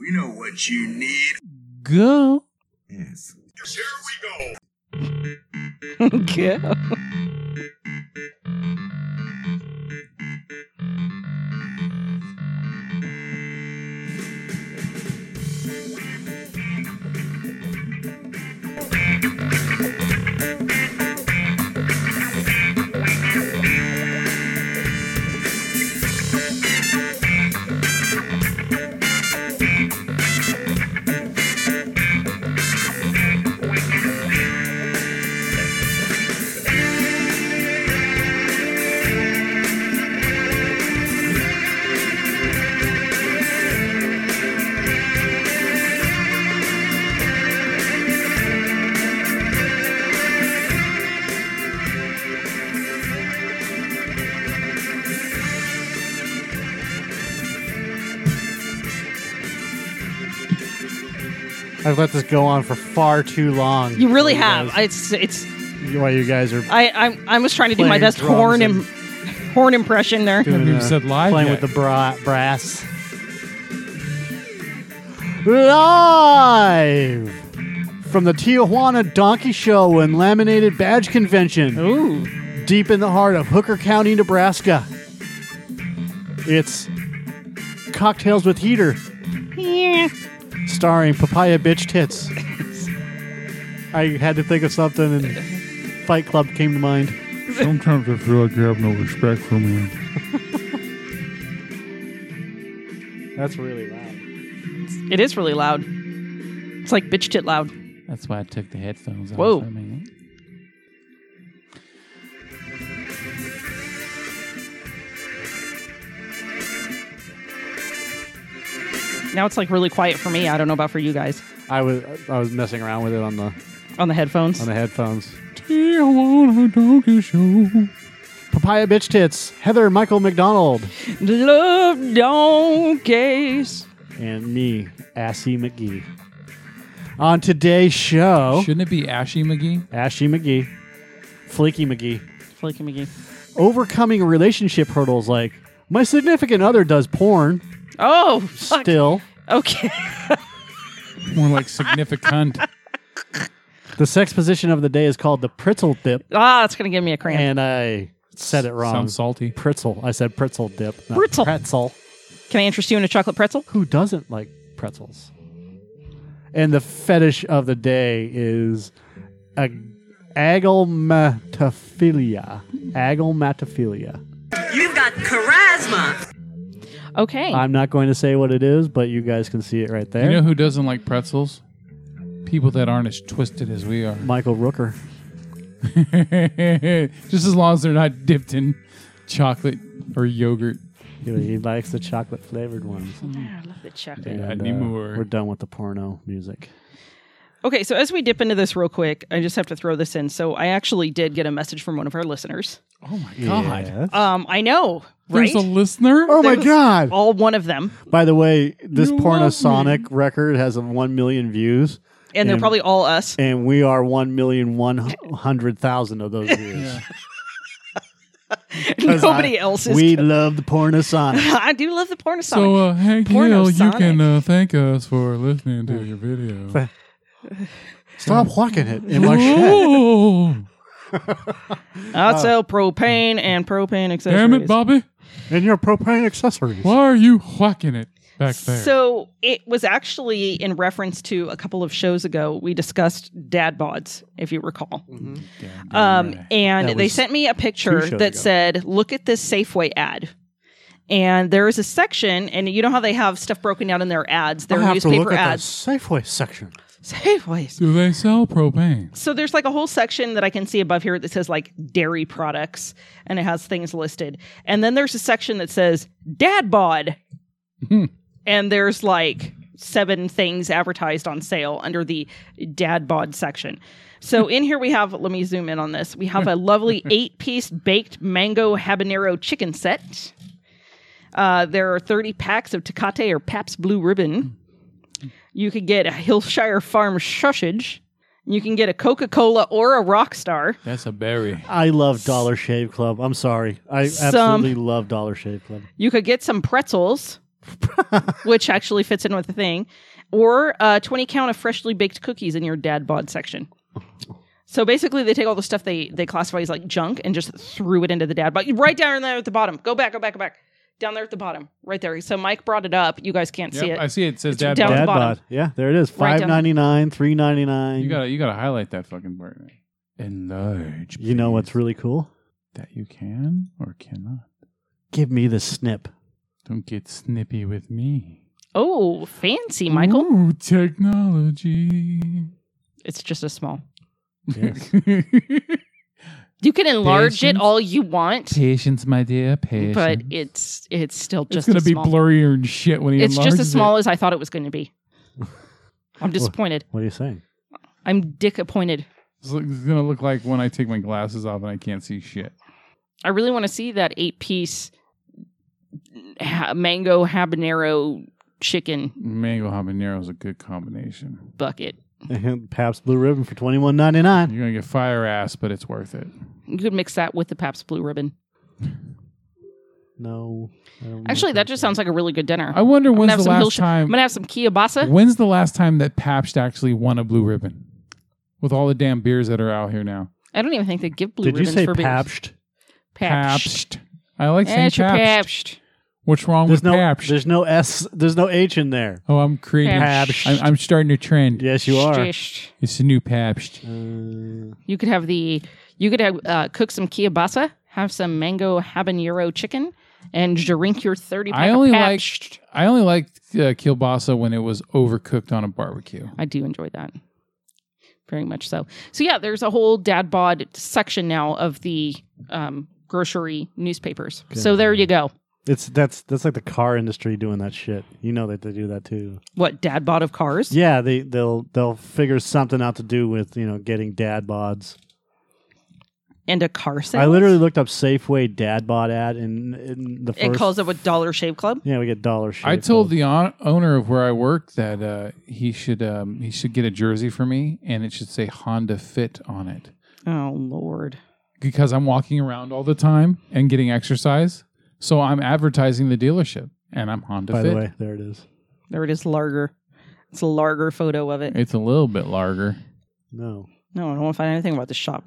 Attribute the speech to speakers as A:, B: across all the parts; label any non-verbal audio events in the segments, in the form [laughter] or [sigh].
A: We know what you need.
B: Go.
C: Yes.
A: Here we go.
B: Go.
D: I've let this go on for far too long.
B: You really have.
D: guys-
B: It's it's.
D: Why you guys are
B: I I'm, I was trying to do my
D: Playing
B: best
D: drums
B: horn
D: and-
B: and horn impression there.
D: doing
C: Haven't even
D: uh,
C: said live
D: playing
C: yet.
D: with the bra- brass. Live from the Tijuana Donkey Show and Laminated Badge Convention,
B: Ooh.
D: deep in the heart of Hooker County, Nebraska. It's Cocktails with Heater,
B: Yeah.
D: starring Papaya Bitch
B: [laughs]
D: Tits. I had to think of something, and Fight Club came to mind.
C: Sometimes I feel like you have no respect for me.
D: That's really loud.
B: It is really loud. It's like bitch tit loud.
E: That's why I took the headphones off.
B: Whoa.
E: I mean, eh?
B: Now it's like really quiet for me. I don't know about for you guys
D: I was I was messing around with it on the
B: on the headphones.
D: on the headphones.
C: Tijuana Donkey Show.
D: Papaya bitch tits. Heather Michael McDonald
B: Love donkeys.
D: and me, Assy McGee. On today's show,
E: Shouldn't it be Ashy McGee?
D: Ashy McGee, Flaky McGee,
B: Flaky McGee.
D: overcoming relationship hurdles like my significant other does porn
B: Oh, fuck.
D: still.
B: Okay. [laughs]
E: More like significant.
D: The sex position of the day is called the pretzel dip,
B: Ah, it's gonna give me a cramp.
D: and I [laughs] said it wrong.
E: Sounds salty.
D: pretzel. I said pretzel dip. not
B: Pretzel.
D: Pretzel.
B: Can I interest you in a chocolate pretzel?
D: who doesn't like pretzels? And the fetish of the day is ag- agalmatophilia. Agalmatophilia.
F: You've got charisma.
B: Okay.
D: I'm not going to say what it is, but you guys can see it right there.
E: You know who doesn't like pretzels? People that aren't as twisted as we are. [laughs]
D: Michael Rooker.
E: Just as long as they're not dipped in chocolate or yogurt
D: He, he likes the chocolate flavored ones.
B: I love the chocolate.
D: And, uh,
E: anymore.
D: we're done with the porno music.
B: Okay, so as we dip into this real quick, I just have to throw this in. So I actually did get a message from one of our listeners.
E: oh my god!
D: Yes.
B: Um, I know, right?
E: There's a listener.
D: Oh my
B: was-
D: god!
B: All one of them,
D: By the way, this
E: You love me.
D: Pornosonic record has a 1 million views,
B: and they're
D: And-
B: probably all us. [laughs]
D: and we are 1,100,000 of those views.
E: Yeah.
D: Because
B: Nobody
D: I-
B: else is.
D: We love the Pornosonic.
B: [laughs] I do love the porn
E: So uh, Hank Hill,
B: Pornosonic.
E: you can uh, thank us for listening to your
D: [laughs]
E: video.
D: [laughs] Stop whacking it in my shit.
E: Oh,
B: I
D: uh,
B: sell Ah, propane and propane accessories.
E: damn it, Bobby!
D: And your propane accessories.
E: Why are you whacking it back there?
B: So it was actually in reference to a couple of shows ago. We discussed dad bods, if you recall.
D: Mm-hmm.
E: Damn, damn
B: Um,
E: right.
B: and
D: That
B: they
D: was
B: sent me a picture
D: shows
B: that
D: ago.
B: said, look at this Safeway ad. And there is a section, and you know how they have stuff broken down in their ads, their
D: I have to
B: newspaper
D: look at the
B: ads.
D: Safeway section.
B: [laughs] Safeways.
E: do they sell propane?
B: So there's like a whole section that I can see above here that says like dairy products, and it has things listed. And then there's a section that says dad bod.
E: Hmm.
B: and there's like seven things advertised on sale under the dad bod section. So in here we have, let me zoom in on this. We have a lovely eight piece baked mango habanero chicken set. Uh, there are 30 packs of Tecate or Pabst Blue Ribbon. You could get a Hillshire Farm sausage. You can get a Coca Cola or a Rockstar.
E: That's a berry.
D: I love Dollar Shave Club. I'm sorry. I
B: Some-
D: absolutely love Dollar Shave Club.
E: [laughs]
B: You could get some pretzels. which actually fits in with the thing, or uh, 20 count of freshly baked cookies in your dad bod section. So basically, they take all the stuff they, they classify as like junk and just threw it into the dad bod. Right down there at the bottom. Go back, go back, go back. Down there at the bottom, right there. So Mike brought it up. You guys can't see
E: Yep,
B: it.
E: I see it says
B: It's
E: dad.
B: down-
E: bod.
D: Dad
B: bottom.
D: bod. Yeah, there it is.
B: Right
D: Five
B: down-
D: ninety nine, three ninety nine.
E: You gotta you gotta highlight that fucking part. man. Enlarge.
D: You know
E: please.
D: what's really cool?
E: that you can or cannot.
D: Give me the
B: [laughs]
D: snip.
E: Don't get snippy with me.
B: Oh, fancy, Michael.
E: Ooh, technology. Mm-hmm.
B: It's just a small.
E: [laughs] patience,
B: You can enlarge it
E: Patience.
B: all you want,
E: my dear. Patience.
B: but it's it's still
E: it's
B: just
E: gonna
B: a
E: be
B: small.
E: blurrier and shit when he
B: it's just
E: enlarges
B: as small as I thought it was going to be. I'm disappointed.
D: What are you saying? [laughs]
B: I'm dick appointed.
E: It. It's look- It's gonna look like when I take my glasses off and I can't see shit.
B: I really want to see that eight piece ha- mango habanero chicken
E: Mango habanero is a good combination.
B: bucket.
D: Pabst Blue Ribbon for twenty one ninety nine.
E: You're gonna get fire ass, but it's worth it.
B: You could mix that with the Pabst Blue Ribbon.
D: No, I don't know.
B: Actually, that just sounds like a really good dinner.
E: I wonder
B: I'm gonna
E: when's
B: have
E: the
B: some
E: last
B: Hill- I'm
E: time.
B: gonna have some kielbasa.
E: When's the last time that Pabst actually won a blue ribbon? With all the damn beers that are out here now.
B: I don't even think they give blue
D: Did you
B: ribbons
D: say
B: for beers.
D: Pabst?
B: Pabst.
E: I like saying
B: That's your
E: Pabst.
B: Pabst.
E: What's wrong
D: There's
E: with
D: no
E: Pabst?
D: there's no S there's no H in there.
E: Oh, I'm creating.
B: Pabst.
E: I'm, I'm starting a trend.
D: Yes, you are.
B: Pabst.
E: It's a new Pabst.
D: Uh,
B: You could have the. You could have uh, cook some kielbasa, have some mango habanero chicken, and drink your thirty. pack
E: I
B: of
E: only
B: Pabst.
E: liked I only liked uh, kielbasa when it was overcooked on a barbecue.
B: I do enjoy that. Very much so. So yeah, there's a whole dad bod section now of the um, grocery newspapers. So there you go.
D: it's that's that's like the car industry doing that shit. You know that they do that too.
B: What dad bod of cars?
D: Yeah, they they'll they'll figure something out to do with you know getting dad bods.
B: And a car sale.
D: I literally looked up Safeway dad bod ad and in the first.
B: it calls it a Dollar Shave Club.
D: yeah, we get dollar shit.
E: I told the on- owner of where I work that uh, he should um, he should get a jersey for me, and it should say Honda Fit on it
B: Oh Lord.
E: because I'm walking around all the time and getting exercise. So I'm advertising the dealership, and I'm Honda
D: Oh, By
E: Fit.
D: the way, there it is.
B: There it is larger. It's a larger photo of it.
E: It's a little bit larger.
D: No,
B: No, I don't want to find anything about the shop.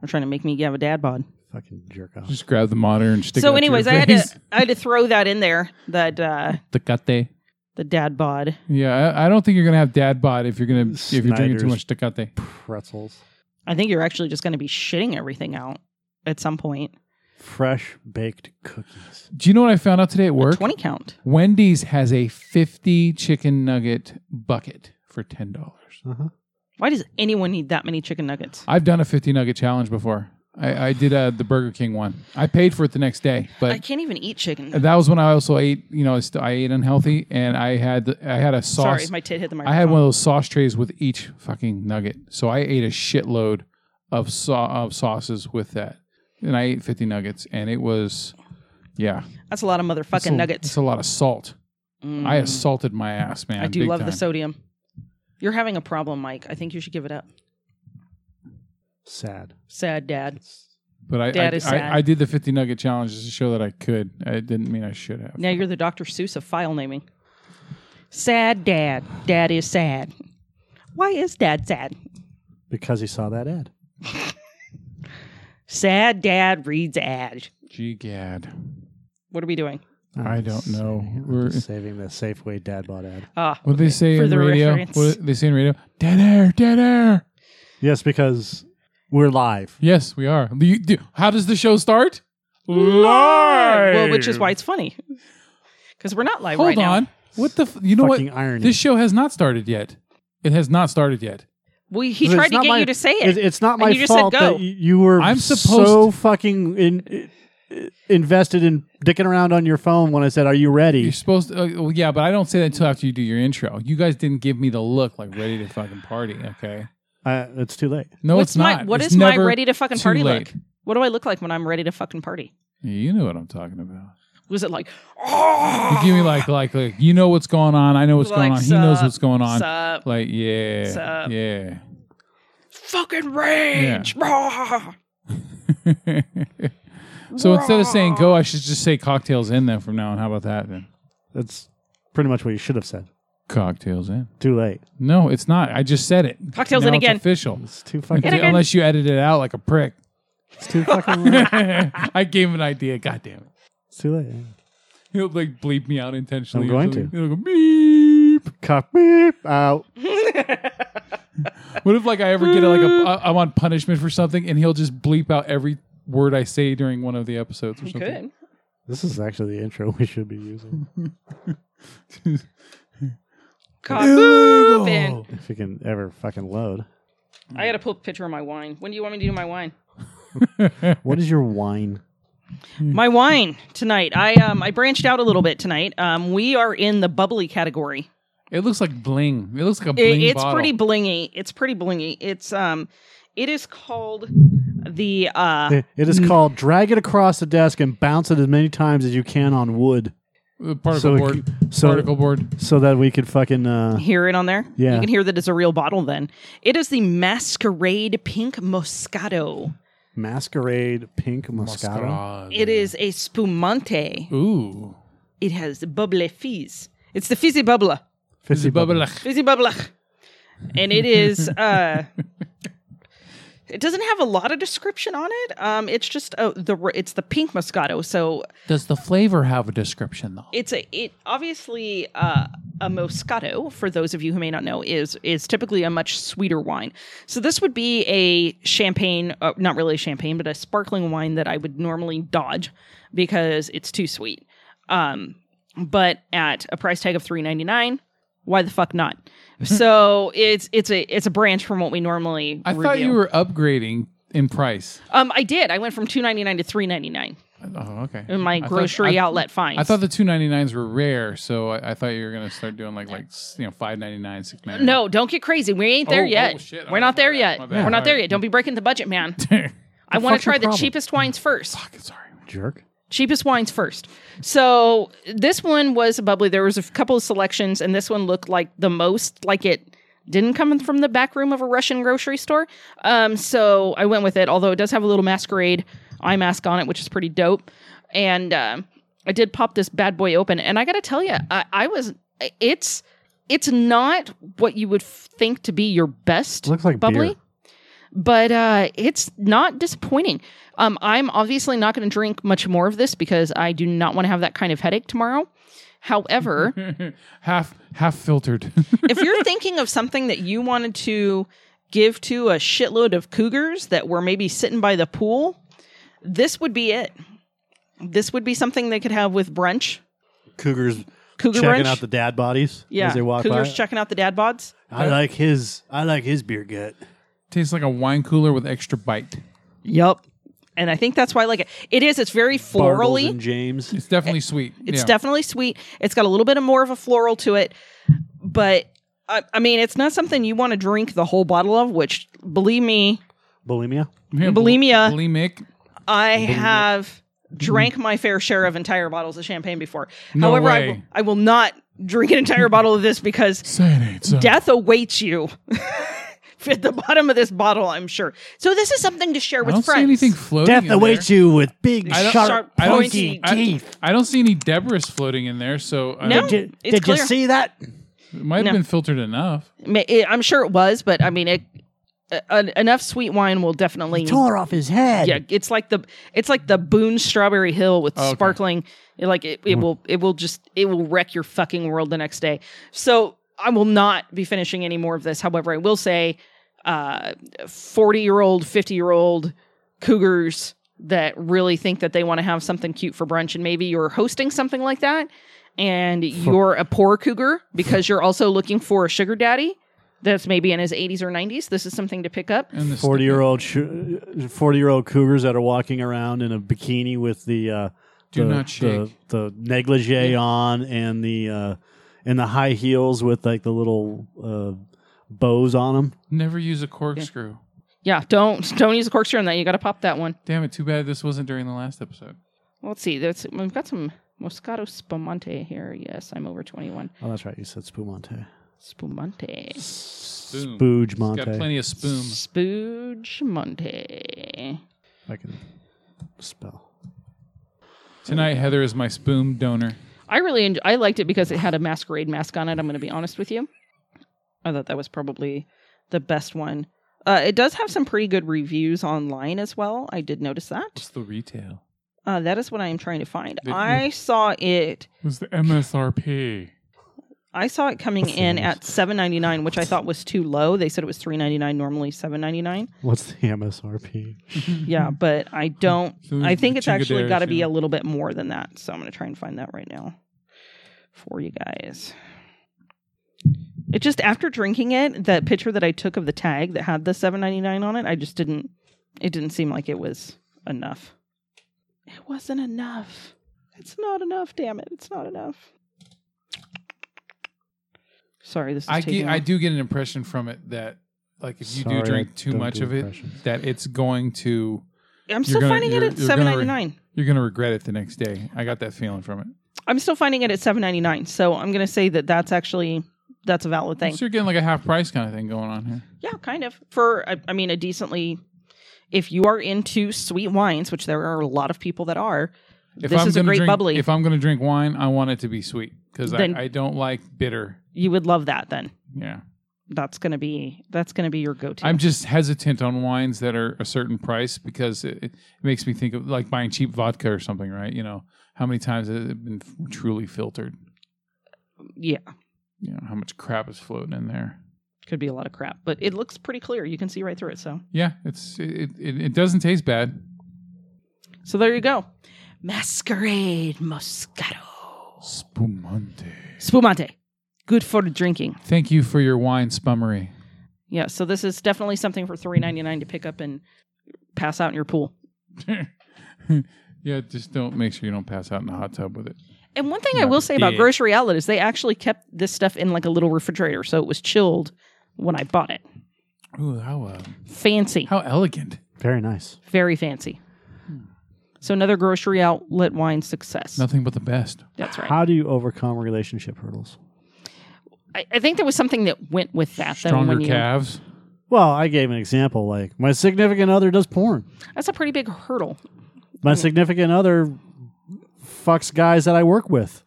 B: They're trying to make me have a dad bod.
D: fucking jerk off.
E: Just grab the monitor and stick. it
B: So
E: up to your
B: anyways, I had to
E: face. [laughs]
B: I had to throw that in there that uh
E: Tecate.
B: the dad bod.
E: Yeah, I, I don't think you're gonna have dad bod if you're gonna if you're drinking too much
D: Snyder's.
E: Tecate.
D: Pretzels,
B: I think you're actually just going to be shitting everything out at some point.
D: fresh baked cookies.
E: Do you know what I found out today at work?
B: 20 count.
E: Wendy's has a 50 chicken nugget bucket for $10.
B: Why does anyone need that many chicken nuggets?
E: I've done a 50 nugget challenge before. I, I did uh, the Burger King one. I paid for it the next day,
B: I
E: but
B: can't even eat chicken.
E: that was when I also ate, you know, I st- I ate unhealthy and I had I had a sauce.
B: Sorry, my tit hit the
E: I
B: microphone.
E: had one of those sauce trays with each fucking nugget. So I ate a shitload of, sau- of sauces with that. And I ate 50 nuggets and it was, yeah.
B: That's a lot of motherfucking
E: It's a- It's
B: nuggets.
E: a lot of salt. [laughs]
B: Mm.
E: I assaulted my ass, man.
B: I do
E: big
B: love
E: time.
B: the sodium. You're having a problem, Mike. I think you should give it up.
D: Sad.
B: Sad dad.
E: But I,
B: Dad
E: I,
B: is
E: I-
B: sad.
E: I did the 50 nugget challenge just to show that I could. It didn't mean I should have.
B: Now you're the Dr. Seuss of file naming. Sad dad. Dad is sad. Why is dad sad?
D: Because he saw that ad.
B: Sad dad reads ad.
E: Gee gad.
B: What are we doing?
E: I don't know.
D: We're
E: We're,
D: saving the Safeway dad bod ad.
B: Ah,
E: what they say
B: For
E: in
B: the
E: radio?
B: reference.
E: What they say in radio? Dead air, dead air.
D: Yes, because we're live.
E: Yes, we are. Do you- do- how does the show start? Live.
B: well, which is why it's funny. Because we're not live
E: Hold
B: right now.
E: on. What the? F- you know what?
D: Fucking irony.
E: This show has not started yet. It has not started yet.
B: We, he
D: It's
B: tried to
D: not
B: get
D: my-
B: you to say
D: It's,
B: it.
D: it's not
B: And
D: my
B: you just said
D: fault
B: go.
D: that you, you were
E: I'm supposed
D: so fucking in, i- invested in dicking around on your phone when I said, "Are you
E: You're
D: ready?"
E: supposed to. Uh, well, yeah, but I don't say that until after you do your intro. You guys didn't give me the look like ready to fucking party. Okay.
D: Uh, it's too late.
E: No,
B: What's
E: it's not.
B: My, what
E: It's
B: is my
E: never
B: ready to fucking
E: too
B: party
E: late.
B: look? What do I look like when I'm ready to fucking party?
E: You know what I'm talking about.
B: Was it like,
E: You give me like like like you know what's going on. I know what's going
B: Like,
E: on. He knows
B: sup,
E: what's going on.
B: sup,
E: Like yeah,
B: sup.
E: yeah.
B: fucking rage? rah."
E: [laughs] so instead of saying go, I should just say cocktails in then from now on. How about that then?
D: That's Pretty much what you should have said.
E: Cocktails in.
D: Too late.
E: No, it's not. I just said it.
B: Cocktails
E: Now
B: in
E: it's
B: again.
E: Official.
D: It's too fucking.
B: again.
E: Unless you edit it out like a prick. [laughs]
D: It's too fucking.
B: [laughs]
D: late.
E: I gave him an idea. God damn it.
D: It's too late.
E: He'll like bleep me out intentionally.
D: I'm
E: or
D: going
E: something.
D: to.
E: He'll go beep.
D: Cock beep out.
E: What if like I ever get like a I- I'm on punishment for something and he'll just bleep out every word I say during one of the episodes or something.
B: Good.
D: This is actually the intro we should be using.
B: Kaboop in.
D: if you can ever fucking load.
B: I got to pull a picture of my wine. When do you want me to do my wine?
D: What is your wine?
E: Hmm.
B: My wine tonight. I um I branched out a little bit tonight. Um, we are in the bubbly category.
E: It looks like bling. It looks like a
B: It-
E: bling.
B: it's
E: bottle.
B: pretty blingy. It's pretty blingy. It's um, it is called the uh.
D: It is
E: Mm.
D: called drag it across the desk and bounce it as many times as you can on wood,
E: Uh,
D: So
E: particle
D: it
E: board.
D: c- so-
E: particle board.
D: so that we could fucking. Uh,
B: Hear it on there.
D: Yeah.
B: you can hear that it's a real bottle. Then it is the Masquerade Pink Moscato.
D: Masquerade Pink Moscato.
E: Mascara.
B: It is a spumante.
E: Ooh.
B: It has bubbly fizz. It's the fizzy bubbler.
E: Fizzy bubblach.
B: Fizzy Bubbler. And
E: [laughs]
B: it is uh it doesn't have a lot of description on it. Um it's just uh, the it's the pink moscato. So
E: Does the flavor have a description though?
B: it's a it obviously uh a moscato for those of you who may not know is is typically a much sweeter wine. So this would be a champagne uh, not really champagne but a sparkling wine that I would normally dodge because it's too sweet. Um but at a price tag of 3.99 why the fuck
E: [laughs]
B: not? so it's it's a it's a branch from what we normally.
E: I thought you
B: review.
E: were upgrading in price.
B: Um, I did. I went from two ninety nine to three ninety nine
E: Oh, okay.
B: in my
E: I thought-
B: grocery
E: I-
B: outlet finds.
E: I thought the two ninety nines were rare, so I, I thought you were gonna start doing like like s- you know five ninety nine, six ninety nine.
B: No, don't get crazy. We ain't there
E: Oh,
B: yet.
E: oh, shit.
B: We're
E: Oh,
B: not
E: my
B: there
E: bad.
B: yet.
E: My
B: We're
E: bad.
B: not
E: All
B: there
E: right.
B: yet. Don't be breaking the
E: [laughs]
B: budget, man.
E: No,
B: I want to
E: fuck's your
B: try the
E: problem?
B: cheapest wines first.
E: sorry.
D: Jerk.
B: Cheapest wines first. So this one was a bubbly. There was a couple of selections, and this one looked like the most like it didn't come from the back room of a Russian grocery store. Um, so I went with it. Although it does have a little masquerade eye mask on it, which is pretty dope. And um I did pop this bad boy open, and I got to tell you, I, I was it's it's not what you would f- think to be your best
D: Looks like
B: bubbly
D: beer.
B: but uh, it's not disappointing. Um, I'm obviously not going to drink much more of this because I do not want to have that kind of headache tomorrow. However,
D: [laughs]
E: half half filtered. [laughs]
B: if you're thinking of something that you wanted to give to a shitload of cougars that were maybe sitting by the pool, this would be it. This would be something they could have with brunch.
D: Cougars
B: Cougar
D: checking
B: brunch.
D: out the dad bodies
B: yeah,
D: as they walk
B: cougars
D: by.
B: checking out the dad bods.
D: I like his. I like his beer gut.
E: Tastes like a wine cooler with extra bite.
B: Yup. And I think that's why I like it. It is. It's very florally.
D: Bartles and James.
E: It's definitely sweet.
B: It's
E: Yeah.
B: definitely sweet. It's got a little bit of more of a floral to it, but I, I mean, it's not something you want to drink the whole bottle of. Which, believe me,
D: Bulimia.
E: Yeah, bul-
B: bulimia.
E: Bulimic.
B: I have drank my fair share of entire bottles of champagne before.
E: Mm-hmm. No
B: However, I,
E: way.
B: will- I will not drink
E: [laughs]
B: an entire bottle of this because
E: Cyanide. so-
B: death awaits you. [laughs] At the bottom of this bottle, I'm sure. So this is something to share
E: I
B: with
E: don't
B: friends.
E: see anything floating.
D: Death
E: in there.
D: awaits you with big
E: I don't-
D: sharp
E: I don't
D: pointy
E: see- I-
D: teeth.
E: I, don't see any Deborahs floating in there, so uh,
B: No.
E: it
D: Did,
B: It's
D: did you
B: clear.
D: see that?
E: might have
B: No.
E: been filtered enough.
B: Ma- it- eh, I'm sure it was, but I mean, it, uh, en- enough sweet wine will definitely
D: Tore off his head.
B: yeah it's like the it's like the boone strawberry hill with
E: okay.
B: sparkling It- like it, it will it will just it will wreck your fucking world the next day so i will not be finishing any more of this however i will say uh 40 year old 50 year old cougars that really think that they want to have something cute for brunch and maybe you're hosting something like that and you're a poor cougar because you're also looking for a sugar daddy that's maybe in his 80s or 90s this is something to pick up
E: And the
D: Forty year old, forty year old cougars that are walking around in a bikini with the uh,
E: Do
D: the,
E: not shake.
D: the, the negligee on and the uh, and the high heels with like the little uh, bows on them.
E: Never use a corkscrew.
B: Yeah, don't don't use a corkscrew on that. You got to pop that one.
E: Damn it! Too bad this wasn't during the last episode.
B: Well, let's see. That's, we've got some Moscato Spumante here. Yes, I'm over 21.
D: Oh, that's right. You said spumante.
B: Spumante.
E: Spoon.
D: Spooge
E: It's got
D: monte.
E: plenty of spoon.
B: Spoogemonte.
D: I can spell.
E: Tonight, Heather is my spoon donor.
B: I really enjoy, I liked it because it had a masquerade mask on it. I'm going to be honest with you. I thought that was probably the best one. Uh, it does have some pretty good reviews online as well. I did notice that.
E: What's the retail?
B: Uh, that is what I am trying to find.
E: Did-
B: I saw it.
C: What's the MSRP?
B: I saw it coming
E: What's the
B: in
E: difference?
B: at 7.99, which I thought was too low. They said it was 3.99, normally 7.99.
D: What's the MSRP?
B: Yeah, but I don't.
E: Mm-hmm. So
B: I think it's actually
E: Chingadera,
B: got to be
E: yeah.
B: a little bit more than that. So I'm going to try and find that right now for you guys. It just after drinking it, that picture that I took of the tag that had the 7.99 on it, I just didn't. It didn't seem like it was enough. It wasn't enough. It's not enough. Damn it! It's not enough. Sorry, this is
E: I
B: taking.
E: get, I
B: off.
E: do get an impression from it that like if you
D: Sorry,
E: do
D: I
E: drink too
D: don't
E: much
D: do
E: of it,
D: impressions.
E: that it's going to
B: I'm still
E: gonna-
B: finding it
E: you're-
B: at
E: you're gonna re-
B: 7.99.
E: you're going to regret it the next day. I got that feeling from it.
B: I'm still finding it at 7.99. So I'm going to say that that's actually that's a valid thing.
E: So you're getting like a half price kind of thing going on here.
B: Yeah, kind of. For I, I mean, a decently, if you are into sweet wines, which there are a lot of people that are,
E: If
B: this is a
E: gonna
B: great
E: drink,
B: bubbly.
E: If I'm going to drink wine, I want it to be sweet because I,
B: Then-
E: I don't like bitter.
B: you would love that. Then
E: Yeah,
B: that's gonna be that's gonna be your go-to.
E: I'm just hesitant on wines that are a certain price because it, it makes me think of like buying cheap vodka or something, right? You know, how many times has it been truly filtered?
B: yeah,
E: You know, how much crap is floating in there?
B: could be a lot of crap, but it looks pretty clear. You can see right through it. So
E: Yeah, it's it, it, it doesn't taste bad.
B: so there you go. Masquerade Moscato
E: Spumante.
B: Spumante, good for drinking.
E: Thank you for your wine spummery.
B: Yeah, so this is definitely something for three ninety nine to pick up and pass out in your pool.
E: yeah, just don't make sure you don't pass out in the hot tub with it.
B: And one thing I
E: Not
B: will say about
E: big.
B: grocery outlet is they actually kept this stuff in like a little refrigerator, so it was chilled when I bought it.
E: Ooh, how uh,
B: Fancy,
E: how elegant.
D: Very nice.
B: very fancy.
D: Hmm.
B: So another grocery outlet wine success.
E: Nothing but the best.
B: That's right.
D: How do you overcome relationship hurdles?
B: I, I think there was something that went with that. though,
E: Stronger
B: when you-
E: calves.
D: Well, I gave an example like my significant other does porn.
B: That's a pretty big hurdle.
D: My
E: Hmm.
D: significant other fucks guys that I work with.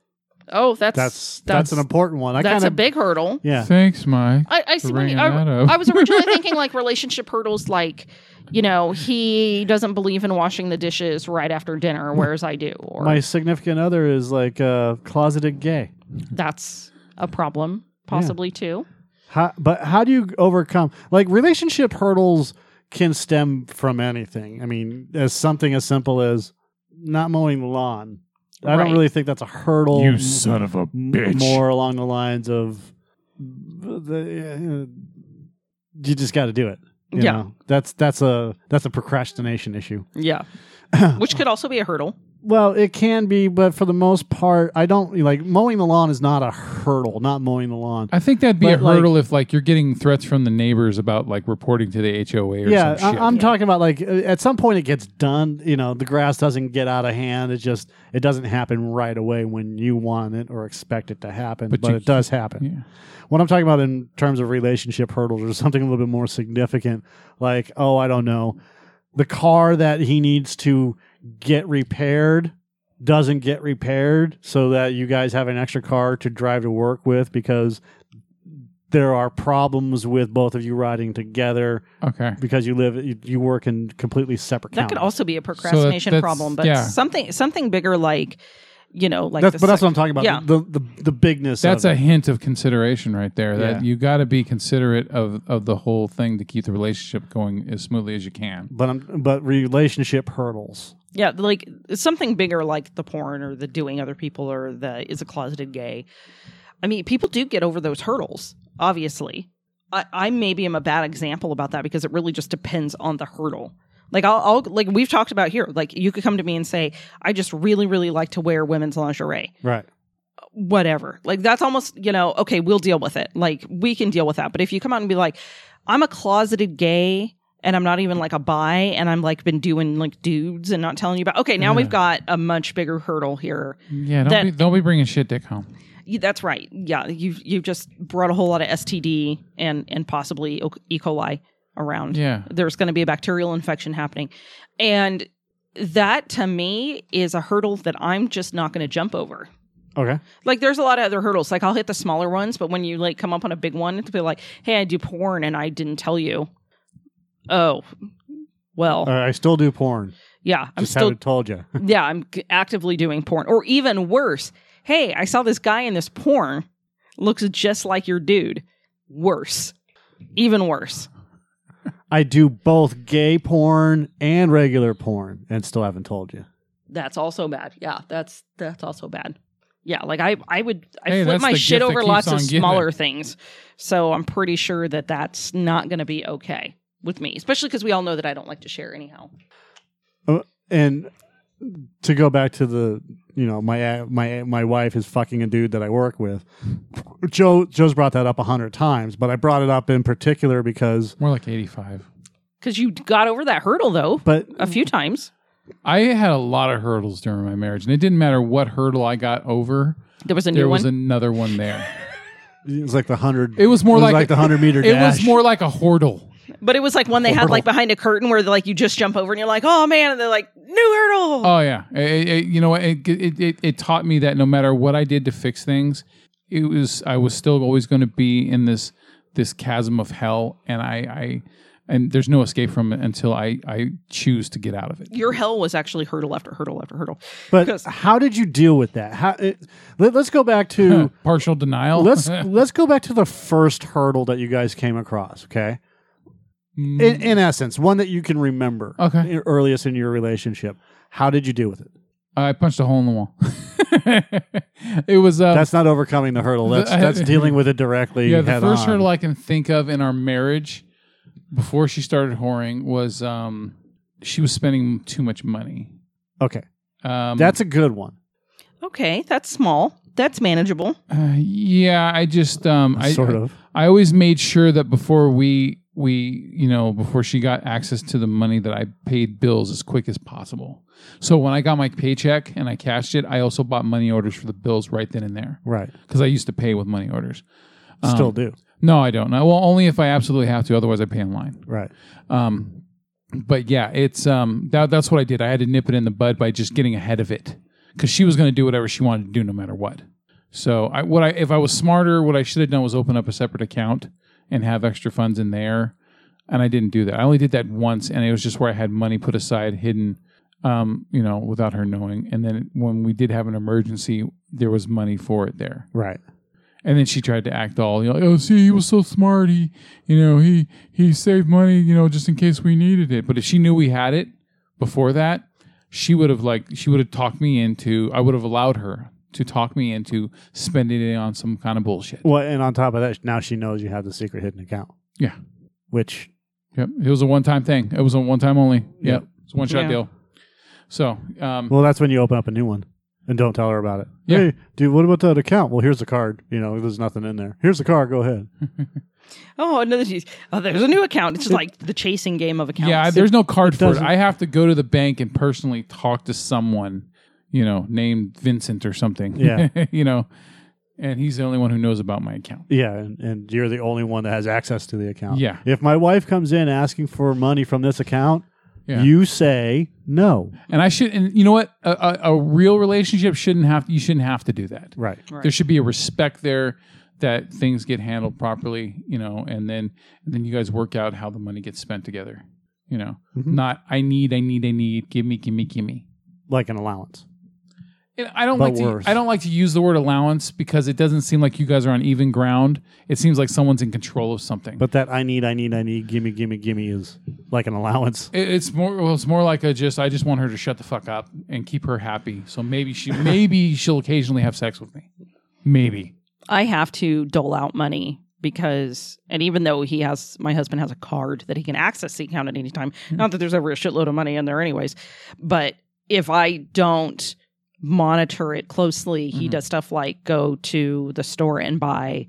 B: Oh, that's
D: That's that's, an important one. I
B: that's
D: kind
B: a
D: of
B: big hurdle.
D: yeah.
E: Thanks, Mike.
B: I, I see. What you,
E: bringing
B: I,
E: that up.
B: I was originally thinking like relationship hurdles, like you know he doesn't believe in washing the dishes right after dinner, whereas I do. Or
D: My significant other is like uh, closeted gay.
B: that's a problem possibly too
D: How, but how do you overcome like relationship hurdles can stem from anything? I mean, as something as simple as not mowing the lawn. I
B: Right.
D: don't really think that's a hurdle.
C: You
D: m-
C: son of a
D: m-
C: bitch.
D: More along the lines of the, you just got to do it. you
B: Yeah.
D: know? that's that's a that's a procrastination issue.
B: yeah which could also be a hurdle
D: Well, it can be, but for the most part, I don't like mowing the lawn is not a hurdle. Not mowing the lawn.
E: I think that'd be a
D: But, like-
E: hurdle if like you're getting threats from the neighbors about like reporting to the HOA or
D: yeah,
E: some
D: I,
E: shit.
D: I'm talking about like uh, at some point it gets done. You know, the grass doesn't get out of hand. It just it doesn't happen right away when you want it or expect it to happen,
E: But
D: but,
E: you-
D: it does happen.
E: Yeah.
D: What I'm talking about in terms of relationship hurdles or something a little bit more significant, like oh I don't know, the car that he needs to get repaired doesn't get repaired, so that you guys have an extra car to drive to work with because. There are problems with both of you riding together
E: Okay.
D: because you live you, you work in completely separate
B: that could
D: counties.
B: also be a procrastination
E: that's-
B: problem but
E: yeah.
B: something something bigger like you know like
D: that's,
B: the
D: but that's
B: sec-
D: what I'm talking about.
B: Yeah.
D: The, the the bigness.
E: That's
D: of
E: a
D: it.
E: hint of consideration right there. That
D: Yeah.
E: you got to be considerate of of the whole thing to keep the relationship going as smoothly as you can.
D: But I'm but relationship hurdles.
B: yeah like something bigger like the porn or the doing other people or the is a closeted gay i mean people do get over those hurdles obviously i, I maybe am a bad example about that because it really just depends on the hurdle like I'll, I'll like we've talked about here like you could come to me and say i just really really like to wear women's lingerie
D: Right.
B: whatever. Like that's almost, you know, okay, we'll deal with it. Like we can deal with that. But if you come out and be like, I'm a closeted gay and I'm not even like a bi and I'm like been doing like dudes and not telling you about okay, now we've got a much bigger hurdle here.
E: Yeah. Don't
B: That-
E: be don't be bringing shit dick home.
B: Y- That's right. Yeah, you've you've just brought a whole lot of STD and and possibly O- E. coli around.
E: Yeah.
B: there's going to be a bacterial infection happening, and that to me is a hurdle that I'm just not going to jump over.
D: Okay.
B: Like there's a lot of other hurdles. Like I'll hit the smaller ones, but when you like come up on a big one, it's be like, hey, I do porn and I didn't tell you. Oh, well,
D: All right, I still do porn.
B: yeah, I'm
D: Uh, Just
B: still
D: haven't told you.
B: yeah, I'm g- actively doing porn. Or even worse, hey, I saw this guy in this porn. Looks just like your dude. Worse. Even worse.
D: [laughs] I do both gay porn and regular porn and still haven't told you.
B: That's also bad. Yeah, that's that's also bad. Yeah, like I I would I
E: Hey,
B: flip
E: that's
B: my
E: the
B: shit
E: gift that
B: over
E: keeps
B: lots
E: on
B: of
E: giving.
B: smaller things. So I'm pretty sure that that's not going to be okay with me, especially cuz we all know that I don't like to share anyhow.
D: Uh, and to go back to the you know my uh, my my wife is fucking a dude that I work with. Joe Joe's brought that up a hundred times, but I brought it up in particular because
E: More like 85.
B: Cuz you got over that hurdle though
D: but
B: a few times.
E: I had a lot of hurdles during my marriage, and it didn't matter what hurdle I got over.
B: There was a
E: there
B: new
E: was
B: one.
E: another one there. [laughs]
D: it was like the hundred.
E: It was more like,
D: the hundred meter.
E: It
D: dash.
E: was more like a hurdle.
B: But it was like one they had like behind a curtain where like you just jump over and you're like, oh man, and they're like, new hurdle.
E: Oh yeah, It- it- you know what? It, it it it taught me that no matter what I did to fix things, it was I was still always going to be in this this chasm of hell, and I I and there's no escape from it until I I choose to get out of it.
B: Your hell was actually hurdle after hurdle after hurdle.
D: But
B: 'cause-
D: how did you deal with that? How it, let, us go back to
E: Partial denial.
D: [laughs] let's let's go back to the first hurdle that you guys came across. Okay,
E: [laughs] Mm.
D: in, in essence, one that you can remember.
E: Okay.
D: e- earliest in your relationship. How did you deal with it?
E: I punched a hole in the wall. [laughs] it was uh,
D: That's not overcoming the hurdle. That's
E: The-
D: that's dealing with it directly.
E: yeah. The
D: head
E: first
D: on.
E: hurdle I can think of in our marriage before she started whoring was um, she was spending too much money.
D: Okay,
E: Um,
D: that's a good one.
B: Okay, that's small. That's manageable.
E: uh, yeah. I just um, I
D: sort of.
E: I always made sure that before we we you know before she got access to the money that I paid bills as quick as possible. So when I got my paycheck and I cashed it, I also bought money orders for the bills right then and there
D: Right.
E: because I used to pay with money orders. Uh, Um,
D: Still do.
E: No, I don't. I, well, only if I absolutely have to. Otherwise, I pay online.
D: Right.
E: Um, but yeah, it's um that that's what I did. I had to nip it in the bud by just getting ahead of it because she was going to do whatever she wanted to do no matter what. So I what I if I was smarter, what I should have done was open up a separate account and have extra funds in there, and I didn't do that. I only did that once, and it was just where I had money put aside, hidden, um, you know, without her knowing. And then when we did have an emergency, there was money for it there.
D: Right.
E: And then she tried to act all, you know, oh, see, he was so smart. He, you know, he he saved money, you know, just in case we needed it. But if she knew we had it before that, she would have like she would have talked me into. I would have allowed her to talk me into spending it on some kind of bullshit.
D: Well, and on top of that, now she knows you have the secret hidden account.
E: Yeah.
D: Which
E: Yep, it was a one time thing. It was a one time only. Yep, it's a one shot
B: Yeah.
E: deal. So, um,
D: well, that's when you open up a new one and don't tell her about it.
E: Yeah.
D: Hey, dude, what about that account? Well, here's the card. You know, there's nothing in there. Here's the card. Go ahead.
B: Oh, another. Oh, there's a new account. It's just like the chasing game of accounts.
E: yeah, I- there's no card for it.
D: doesn't-
E: I have to go to the bank and personally talk to someone, you know, named Vincent or something.
D: Yeah.
E: [laughs] you know, and he's the only one who knows about my account.
D: Yeah, and, and you're the only one that has access to the account.
E: Yeah.
D: If my wife comes in asking for money from this account,
E: Yeah.
D: you say no.
E: And I should, and you know what? A, a, a real relationship shouldn't have, you shouldn't have to do that.
D: Right.
E: There should be a respect there that things get handled properly, you know, and then, and then you guys work out how the money gets spent together, you know,
D: Mm-hmm.
E: not I need, I need, I need, give me, give me, give me.
D: Like an allowance.
E: And I don't
D: But
E: like
D: worse.
E: to e-, I don't like to use the word allowance because it doesn't seem like you guys are on even ground. It seems like someone's in control of something.
D: But that I need, I need, I need, gimme, gimme, gimme is like an allowance.
E: it, it's more well, it's more like a just I just want her to shut the fuck up and keep her happy. So maybe
D: [laughs]
E: she maybe she'll occasionally have sex with me. Maybe.
B: I have to dole out money because, and even though he has, my husband has a card that he can access the account at any time.
E: Hmm.
B: Not that there's ever a shitload of money in there, anyways. But if I don't monitor it closely, he
E: Mhm.
B: does stuff like go to the store and buy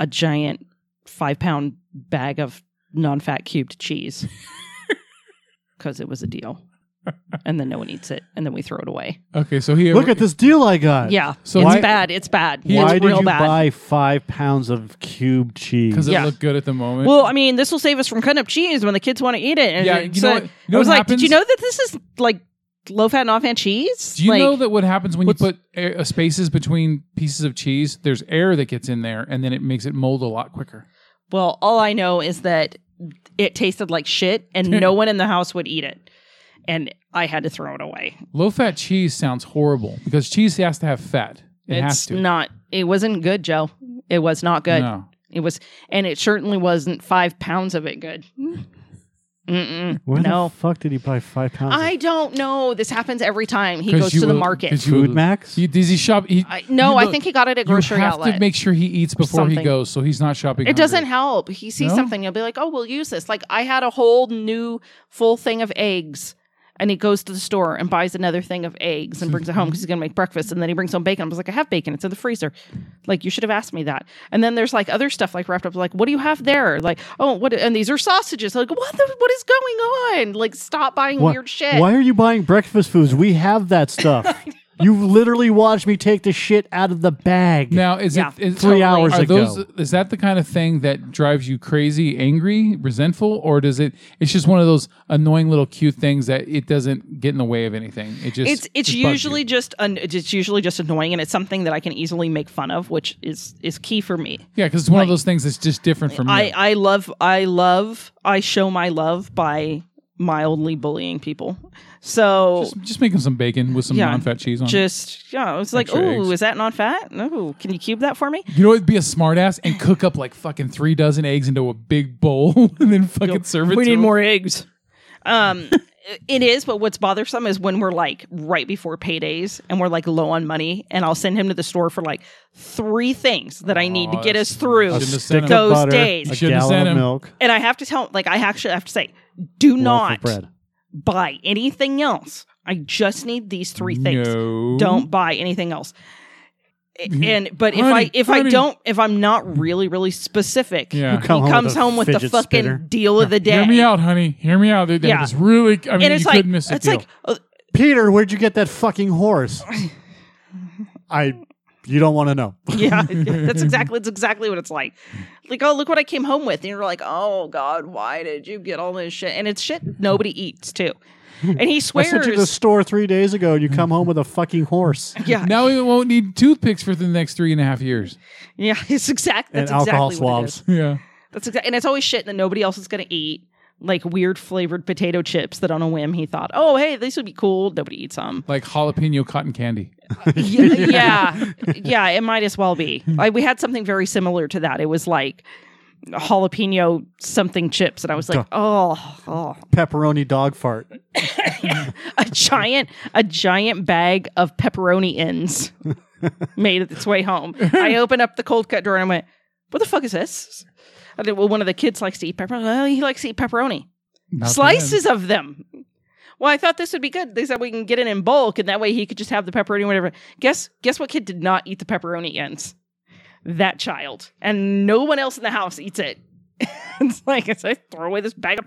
B: a giant five pound bag of non fat
E: [laughs]
B: cubed cheese because it was a deal. And then no one eats it, and then we throw it away.
E: Okay, so he
D: Look at this deal I got.
B: Yeah,
E: So
B: it's
E: why-
B: bad. It's bad.
D: Why
B: it's
D: did
B: real
D: you
B: bad.
D: buy five pounds of cube
E: because
D: cheese?
E: it
B: Yeah.
E: looked good at the moment.
B: Well, I mean, this will save us from cutting up cheese when the kids want to eat it. And
E: Yeah,
B: it's,
E: you know
B: uh,
E: what- you know
B: I was
E: what
B: like, did
E: happens?
B: you know that this is like low fat and off hand cheese?
E: Do you
B: like,
E: know that what happens when you
D: what's-
E: put air, uh, spaces between pieces of cheese? There's air that gets in there, and then it makes it mold a lot quicker.
B: Well, all I know is that it tasted like shit,
E: [laughs]
B: and no one in the house would eat it, and I had to throw it away.
E: Low fat cheese sounds horrible because cheese has to have fat. It has
B: it's
E: to.
B: not. It wasn't good, Joe. It was not good.
E: No.
B: It was, and it certainly wasn't five pounds of
E: [laughs]
B: it good. Mm-mm.
D: Where
B: No.
D: the fuck did he buy five pounds? of
B: I don't know. This happens every time he
E: 'Cause
B: goes
E: you
B: to the
E: will-
B: market.
E: 'cause you
D: Food
E: will-
D: Max?
E: You, does he shop? He,
B: I, no,
E: you
B: I
E: look-
B: think he got it at grocery
E: you have
B: outlet.
E: to make sure he eats before he
B: something.
E: goes, so he's not shopping.
B: It doesn't
E: hungry.
B: help. He sees
E: No?
B: something, he'll be like, "Oh, we'll use this." Like I had a whole new full thing of eggs, and he goes to the store and buys another thing of eggs and brings it home because he's going to make breakfast. And then he brings home bacon. I was like, "I have bacon. It's in the freezer." Like you should have asked me that. And then there's like other stuff like wrapped up. Like, what do you have there? Like, oh, what? And these are sausages. Like, what? The, what is going on? Like, stop buying
D: Why-
B: weird shit.
D: Why are you buying breakfast foods? We have
B: [laughs]
D: that stuff. You've literally watched me take the shit out of the bag.
E: Now is
B: Yeah,
E: it is,
D: Three hours
E: are
D: ago.
E: those is that the kind of thing that drives you crazy, angry, resentful, or does it? It's just one of those annoying little cute things that it doesn't get in the way of anything. It just
B: it's it's
E: just bugs you.
B: usually just an, it's usually just annoying and it's something that I can easily make fun of, which is is key for me.
E: yeah because it's one of those things that's just different from
B: I,
E: you.
B: I love I love I show my love by mildly bullying people. So
E: Just, just make him some bacon with some
B: Yeah.
E: non-fat cheese on. it.
B: just yeah, it's like,
E: Extra eggs.
B: oh, is that non fat? No, can you cube that for me?
E: You know, it'd be a smartass and cook up like fucking three dozen eggs into a big bowl [laughs] and then fucking serve it. to him.
B: eggs.
E: [laughs]
B: Um it is, but what's bothersome is when we're like right before paydays and we're like low on money and I'll send him to the store for like three things that I need to
E: Oh,
B: get
E: that's-
B: us through.
E: I
D: a
E: shouldn't have
D: stick
E: sent
D: of
E: him.
B: Those
D: butter,
B: days.
D: a
E: Shouldn't have
D: gallon
E: sent
D: of
E: him.
D: milk,
B: And I have to tell like I actually have to say, do
D: loaf of
B: not
D: bread.
B: buy anything else. I just need these three things.
E: No.
B: Don't buy anything else. A- And but if
E: Mm-hmm. Honey,
B: I if
E: honey.
B: I don't if I'm not really really specific,
E: Yeah. You
B: he
D: come home
B: comes
D: with a
B: home with the
D: fidget
B: fucking
D: spinner.
B: deal of the day.
E: Hear me out, honey. Hear me out. They, they
B: Yeah.
E: It's really. I mean,
B: and
E: you
B: it's
E: could
B: like
E: miss a
B: it's
E: deal.
B: like uh,
D: Peter, where'd you get that fucking horse? I, you don't want to know.
B: [laughs] yeah, that's exactly that's exactly what it's like. Like oh look what I came home with, and you're like oh god why did you get all this shit? And it's shit nobody eats too,
E: [laughs]
B: and he
D: I sent you to the
B: swears.
D: store three days ago, and you come home with a fucking horse
B: Yeah,
E: now we won't need toothpicks for the next three and a half years.
B: yeah, [laughs] it's exact.
D: and
B: That's
D: alcohol
B: exactly what it is.
D: swabs.
E: Yeah.
B: That's exactly, and it's always shit that nobody else is going to eat, like weird flavored potato chips that on a whim he thought, oh hey, this would be cool. Nobody eats them.
E: [laughs] Like jalapeno cotton candy.
B: yeah, yeah, yeah, it might as well be. Like we had something very similar to that. It was like jalapeno something chips, and I was like, oh, oh,
D: Pepperoni dog fart.
B: a giant, a giant bag of pepperoni ends made its way home. I opened up the cold cut drawer and I went, what the fuck is this? I did, well, one of the kids likes to eat pepperoni. Well, he likes to eat pepperoni.
E: Not
B: slices of them. Well, I thought this would be good. They said we can get it in bulk, and that way he could just have the pepperoni, whatever. Guess guess what kid did not eat the pepperoni ends? That child, and no one else in the house eats it. [laughs] it's like it's like throw away this bag of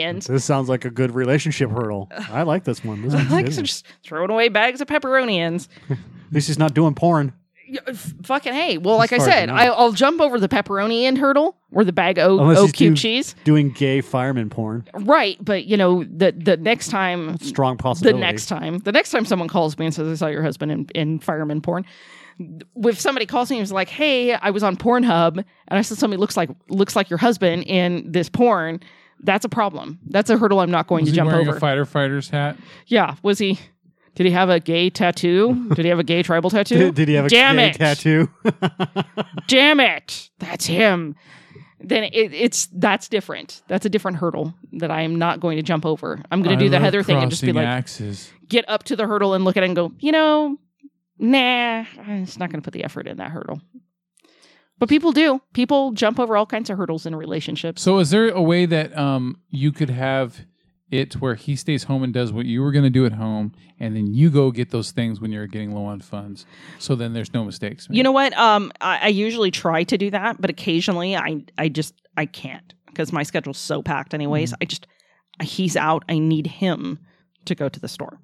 D: [laughs]
B: ends.
D: This sounds like a good relationship hurdle. I like this one.
B: [laughs]
D: This one's
B: Like
D: good.
B: so just throwing away bags of pepperoni ends.
D: At least he's not doing porn.
B: Y- f- fucking hey. Well, like I
D: far as
B: said,
D: I know.
B: I, I'll jump over the pepperoni end hurdle or the bag of
D: Unless
B: O
D: he's
B: cube
D: too-
B: cheese.
D: Doing gay fireman porn.
B: Right, but you know the the next time
D: Strong
B: the
D: possibility. [laughs]
B: next time the next time someone calls me and says i saw your husband in, in fireman porn if somebody calls me and is like hey i was on pornhub and i said somebody looks like looks like your husband in this porn that's a problem that's a hurdle i'm not going
E: Was
B: to
E: he
B: jump
E: wearing
B: over
E: a fighter fighter's hat?
B: yeah was he did he have a gay tattoo did he have a gay tribal
D: [laughs]
B: tattoo
D: Did, did he have a
B: damn
D: gay
B: it
D: tattoo? [laughs]
B: damn it that's him then it, it's that's different that's a different hurdle that i am not going to jump over i'm going to do the heather thing and just be like
E: axes.
B: get up to the hurdle and look at it and go, you know, nah, I'm just not going to put the effort in that hurdle. But people do. People jump over all kinds of hurdles in relationships.
E: So, is there a way that um you could have it where he stays home and does what you were going to do at home, and then you go get those things when you're getting low on funds? So then there's no mistakes.
B: You know what? Um, I, I usually try to do that, but occasionally I, I just I can't because my schedule's so packed. Anyways, I just he's out. I need him to go to the store.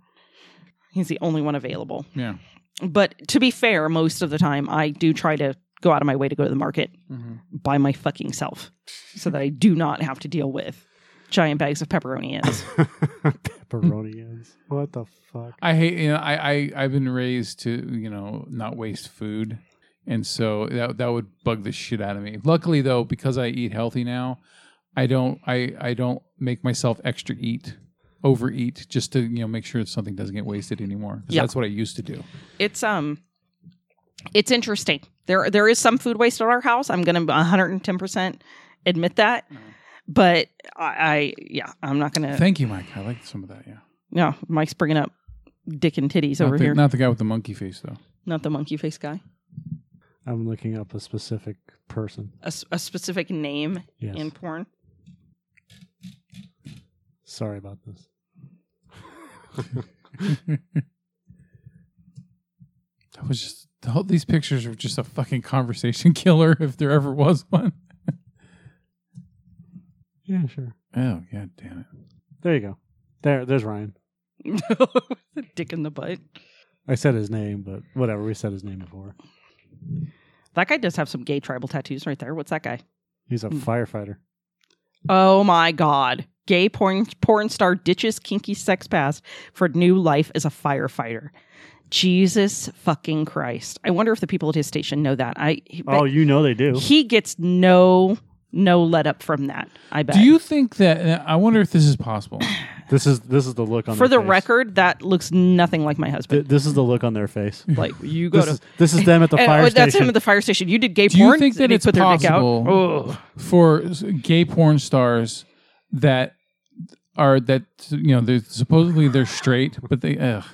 B: He's the only one available.
E: Yeah.
B: But to be fair, most of the time I do try to go out of my way to go to the market by my fucking self so that I do not have to deal with giant bags of pepperoni is.
D: Pepperoni is. What the fuck?
E: I hate you know I, I I've been raised to you know not waste food, and so that that would bug the shit out of me. Luckily though, because I eat healthy now, I don't I I don't make myself extra eat overeat just to you know make sure that something doesn't get wasted anymore. 'Cause
B: Yeah.
E: That's what I used to do.
B: [laughs] it's um it's interesting there there is some food waste at our house i'm gonna 110% admit that but I, I yeah i'm not gonna
E: Thank you, Mike. I like some of that. Yeah,
B: no mike's bringing up dick and titties
E: not
B: over
E: the,
B: here
E: Not the guy with the monkey face though.
B: not the monkey face guy
D: I'm looking up a specific person.
B: a, s- a specific name
D: Yes.
B: in porn
D: Sorry about this. [laughs]
E: That was just all these pictures are just a fucking conversation [laughs] killer if there ever was one.
D: Yeah, sure.
E: Oh god damn it.
D: There you go. There, there's Ryan.
B: dick in the butt
D: I said his name, but whatever. We said his name before.
B: that guy does have some gay tribal tattoos right there what's that guy
D: He's
B: Hmm.
D: a firefighter.
B: oh my god gay porn porn star ditches kinky sex past for new life as a firefighter jesus fucking christ i wonder if the people at his station know that i
D: Oh, you know they [laughs] do.
B: he gets no no let up from that i bet
E: Do you think that I wonder if this is possible? [coughs]
D: This is this is the look on
B: for the
D: their face.
B: record that looks nothing like my
D: Th-
B: husband
D: this is the look on their face.
B: like you go
D: This
B: to
D: is, this is them at the
B: [laughs] And-
D: fire
B: oh, that's
D: station.
B: him at the fire station you did gay
E: Do
B: porn
E: you think that
B: and he
E: it's
B: put their dick out?
E: possible for s- gay porn stars that are that you know they're supposedly they're straight, but they ugh,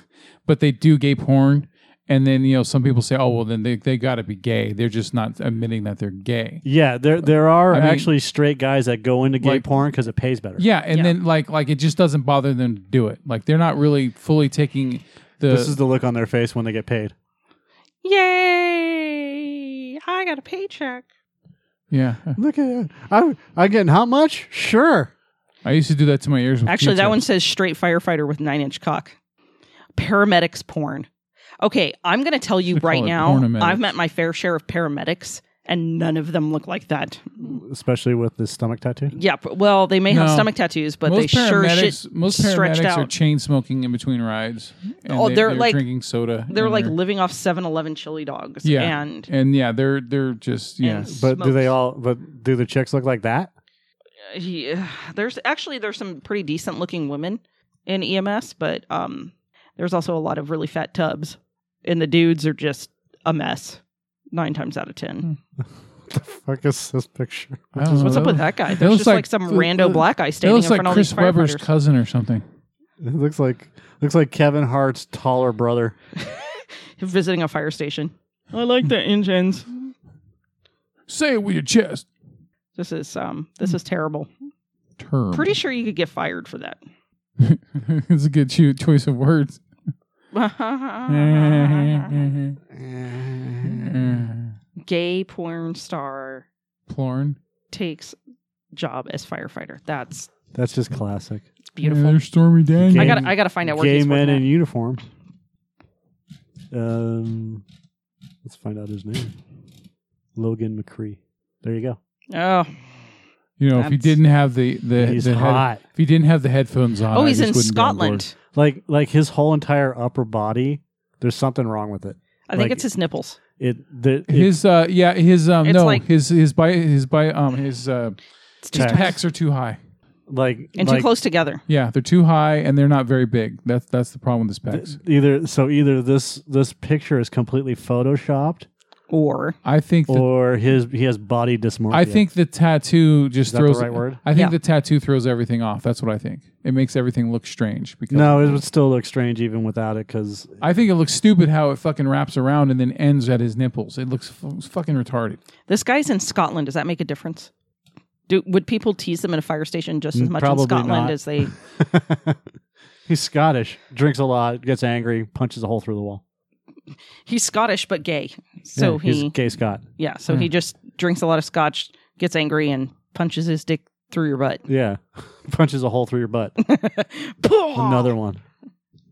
E: but they do gay porn, and then you know some people say, oh well, then they they got to be gay. They're just not admitting that they're gay.
D: yeah, there there are
E: I mean-
D: actually straight guys that go into gay
E: Like-
D: porn because it pays better.
E: Yeah, and
B: Yeah.
E: then like like it just doesn't bother them to do it. Like they're not really fully taking the.
D: This is the look on their face when they get paid.
B: yay i got a paycheck
E: yeah,
D: Look at that. I'm I'm getting how much? Sure.
E: I used to do that to my ears. With
B: actually
E: pizza.
B: that one says straight firefighter with nine inch cock paramedics porn okay i'm gonna tell you
E: Should
B: right
E: call it
B: now
E: pornomedics.
B: i've met my fair share of paramedics and none of them look like that
D: Especially with the stomach tattoo.
B: yeah but- well they may have
E: No.
B: stomach tattoos but they
E: most
B: sure
E: paramedics,
B: shit
E: most
B: stretched
E: paramedics
B: out
E: are chain smoking in between rides. And
B: Oh,
E: they,
B: they're
E: they're
B: like-
E: drinking soda.
B: they're
E: and
B: like living off 7-Eleven chili dogs.
E: yeah,
B: And
E: yeah, they're they're just yeah.
B: And-
D: But do
B: Smokes.
D: they all? But do the chicks look like that? [laughs]
B: uh, he, [sighs] there's actually there's some pretty decent looking women in EMS, but um, there's also a lot of really fat tubs, and the dudes are just a mess nine times out of ten.
D: the fuck is this picture?
E: I don't know,
B: What's up
E: that looks-
B: with that guy? There's
E: looks
B: just like,
E: Uh-huh. like-
B: some
E: that-
B: rando
E: that-
B: black guy
E: That
B: standing in
E: looks
B: front
E: like
B: of
E: Chris
B: all these
E: Webber's
B: firefighters.
E: cousin or something.
D: It looks like looks like Kevin Hart's taller brother.
B: [laughs] visiting a fire station. I like the engines.
E: Say it with your chest.
B: This is um, this is terrible.
E: Term.
B: Pretty sure you could get fired for that.
E: [laughs] it's a good cho- choice of words. [laughs] Plorn.
B: Gay porn star takes job as firefighter. That's
D: That's just classic.
B: it's beautiful.
E: There's Stormy Daniels.
B: I
D: Gay-
B: gotta I gotta find out where
D: Gay
B: he's
D: men
B: working.
D: in
B: at.
D: uniform. Um, let's find out his name. Logan McCree. There you go.
B: Oh,
E: you know, if he
B: That's-
E: didn't have the the,
D: He's
E: the head-
D: hot.
E: if he didn't have the headphones on,
B: oh,
E: I
B: he's
E: just
B: in
E: wouldn't be on board.
B: Scotland.
D: Like like his whole entire upper body. There's something wrong with it.
B: I think
D: Like-
B: it's his nipples.
D: It the it-
E: His uh yeah his um
B: It's
E: no
B: like-
E: his his by his by um his uh
B: It's too
E: his
D: Pecs.
E: pecs are too high.
D: like
B: and
D: like
B: too close together.
E: Yeah, they're too high and they're not very big. That's that's the problem with his pecs.
D: Either so either this this picture is completely photoshopped
B: Or
E: I think that,
D: or his he has body dysmorphia.
E: I think the tattoo just
D: that the
E: throws
D: right word?
E: I think
B: Yeah.
E: the tattoo throws everything off. That's what I think. It makes everything look strange because
D: no, it would still look strange even without it because
E: I think it looks stupid how it fucking wraps around and then ends at his nipples. It looks f- fucking retarded.
B: this guy's in Scotland. Does that make a difference? Do, would people tease them in a fire station just as
D: Mm,
B: much
D: probably
B: in Scotland
D: not. [laughs]
B: as they?
D: he's Scottish, drinks a lot, gets angry, punches a hole through the wall.
B: He's Scottish but gay, so
D: Yeah,
B: he
D: he's gay Hmm. Scott.
B: yeah, so he just drinks a lot of scotch, gets angry, and punches his dick through your butt. [laughs]
D: Yeah, [laughs] punches a hole through your butt. Another one,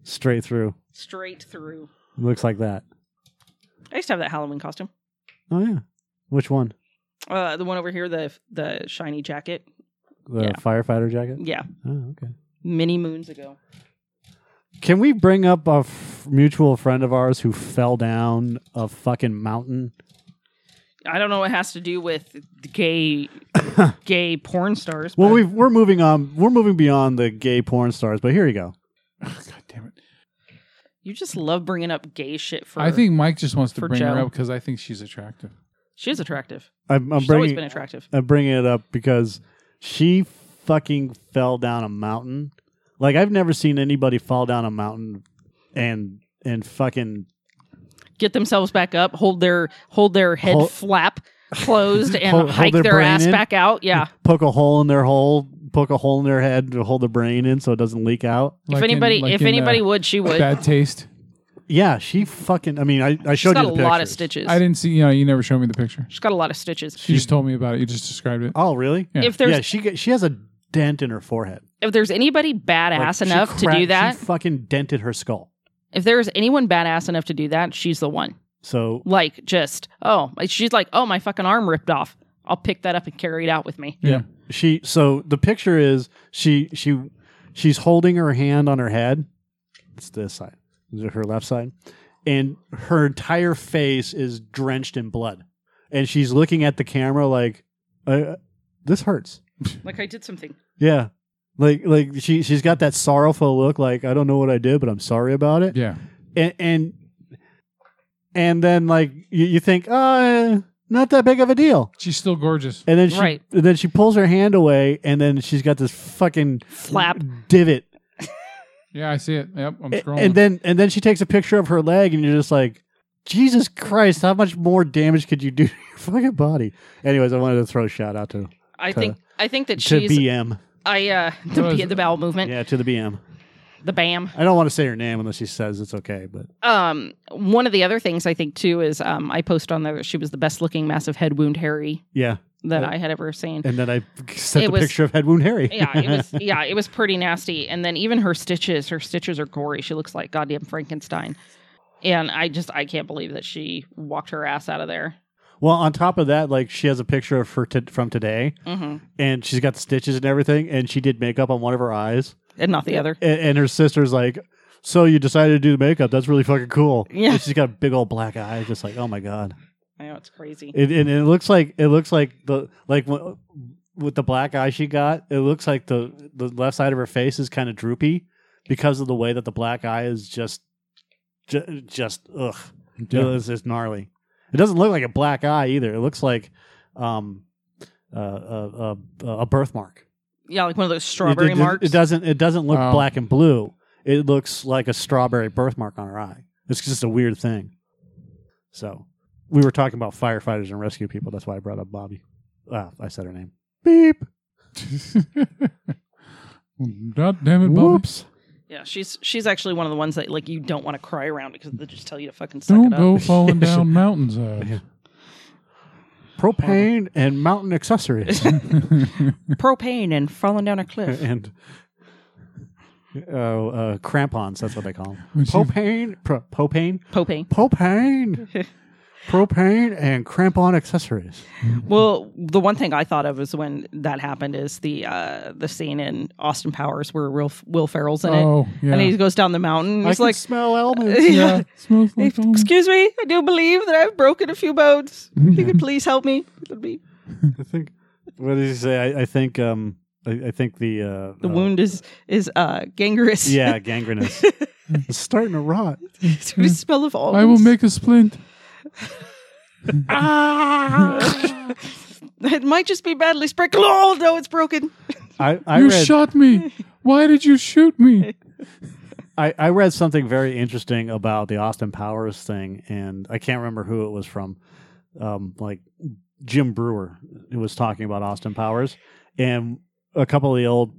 D: straight through.
B: straight through.
D: Looks like that.
B: I used to have that Halloween costume.
D: Oh yeah, which one?
B: Uh, the one over here, the the shiny jacket
D: the
B: Yeah.
D: firefighter jacket.
B: Yeah,
D: Oh, okay.
B: many moons ago.
D: Can we bring up a f- mutual friend of ours who fell down a fucking mountain?
B: I don't know what it has to do with the
D: [coughs]
B: gay gay porn stars.
D: Well,
B: but-
D: we've, we're moving on. We're moving beyond the gay porn stars, but here you go.
E: God damn it.
B: you just love bringing up gay shit for.
E: I think Mike just wants to
B: for
E: bring her
B: Joe.
E: up because I think she's attractive.
B: she's attractive.
D: I'm, I'm
B: She's always
D: bringing.
B: been attractive.
D: I'm bringing it up because she fucking fell down a mountain. Like I've never seen anybody fall down a mountain and and fucking
B: Get themselves back up. Hold their hold their head
D: Hold-
B: flap closed and
D: Hold- hold
B: hike
D: their
B: their,
D: brain
B: ass
D: in?
B: back out. Yeah.
D: poke a hole in their hole, poke a hole in their head to hold the brain in so it doesn't leak out.
E: Like
B: if
E: in-
B: anybody
E: like
B: if
E: in, uh,
B: anybody would, she would.
E: Bad taste.
D: Yeah, she fucking. I mean, I, I
B: She's
D: showed
B: got
D: you
B: a
D: the
B: lot of
D: pictures.
B: stitches.
E: I didn't see, you know, you never showed me the picture.
B: She's got a lot of stitches.
E: You just told me about it. You just described it.
D: Oh, really?
E: Yeah.
B: If there's
D: yeah, she get- she has a dent in her forehead.
B: if there's anybody
D: Like,
B: badass
D: she
B: enough to
D: cra-
B: do that,
D: She fucking dented her skull.
B: if there's anyone badass enough to do that, she's the one.
D: So
B: Like just oh, she's like oh my fucking arm ripped off. I'll pick that up and carry it out with me.
E: Yeah.
D: she so the picture is she she she's holding her hand on her head. It's this side, her left side, and her entire face is drenched in blood, and she's looking at the camera like, uh, "This hurts."
B: Like I did something.
D: Yeah. Like like she she's got that sorrowful look like I don't know what I did but I'm sorry about it.
E: Yeah.
D: And and and then like you, you think, "Uh, not that big of a deal."
E: She's still gorgeous.
D: And then she
B: Right.
D: and then she pulls her hand away and then she's got this fucking [laughs]
B: Flap.
D: divot.
E: Yeah, I see it. Yep. I'm
D: A-
E: scrolling.
D: And then and then she takes a picture of her leg and you're just like, "Jesus Christ, how much more damage could you do to your [laughs] fucking body?" Anyways, I wanted to throw a shout out to
B: I
D: To-
B: think I think that
D: to
B: she's
D: BM.
B: I uh the,
E: Those-
B: B- the bowel movement,
D: Yeah, to the BM.
B: the BAM.
D: I don't want to say her name unless she says it's okay, but
B: Um one of the other things I think too is um I post on there that she was the best looking massive head wound Harry
D: yeah.
B: that I had ever seen.
D: Oh. And then I [laughs] sent
B: It
D: a
B: was-
D: picture of head wound Harry.
B: yeah,
D: [laughs]
B: it was yeah, it was pretty nasty. And then even her stitches, her stitches are gory. She looks like goddamn Frankenstein. And I just I can't believe that she walked her ass out of there.
D: well, on top of that, like she has a picture of her t- from today,
B: hmm
D: and she's got the stitches and everything, and she did makeup on one of her eyes,
B: And not the other.
D: and, and her sister's like, "So you decided to do the makeup? That's really fucking cool."
B: Yeah.
D: And she's got a big old black eye, just like, "Oh my god!"
B: I know it's crazy.
D: It, and it looks like it looks like the like w- with the black eye she got, it looks like the the left side of her face is kind of droopy because of the way that the black eye is just ju- just ugh.
E: Yeah.
D: It's, it's gnarly. It doesn't look like a black eye either. It looks like um, uh, a, a, a birthmark.
B: Yeah, like one of those
D: It-
B: strawberry
D: it, it,
B: marks.
D: It doesn't. It doesn't look
E: Oh.
D: black and blue. It looks like a strawberry birthmark on her eye. It's just a weird thing. So we were talking about firefighters and rescue people. That's why I brought up Bobby. Ah, I said her name. Beep.
E: [laughs] God damn it, Bobby.
D: Whoops.
B: Yeah, she's she's actually one of the ones that like you don't want to cry around because they just tell you to fucking suck
E: Don't
B: it up.
E: go falling down uh, mountainsides.
D: Propane and mountain [laughs] accessories.
B: Propane and falling down
D: [laughs]
B: a cliff.
D: and uh, uh, crampons. That's what they call them.
E: Would you-
D: Propane, pro- propane,
B: Propane.
D: [laughs] propane, propane, and crampon accessories.
B: Well, the one thing I thought of is when that happened is the uh, the scene in Austin Powers where Will, Will Ferrell's in
E: Oh,
B: it,
E: yeah.
B: and he goes down the mountain.
D: I
B: He's
D: can
B: like,
D: smell elements. [laughs]
B: [laughs] yeah.
E: Smells like home.
B: Excuse me, I do believe that I've broken a few bones.
E: [laughs]
B: If you could please help me, it would be
D: I think. What did he say? I, I think. Um, I, I think the uh, uh,
B: the wound is is uh, gangrenous.
D: Yeah, gangrenous. it's starting to rot.
B: [laughs] it's the smell of all.
E: I will
B: [laughs]
E: make a splint.
B: Ah! It might just be badly sprinkled. Oh no, it's broken.
D: I, I
E: you
D: read.
E: shot me. Why did you shoot me?
D: I, I read something very interesting about the Austin Powers thing, and I can't remember who it was from. Um, like Jim Brewer who was talking about Austin Powers, and a couple of the old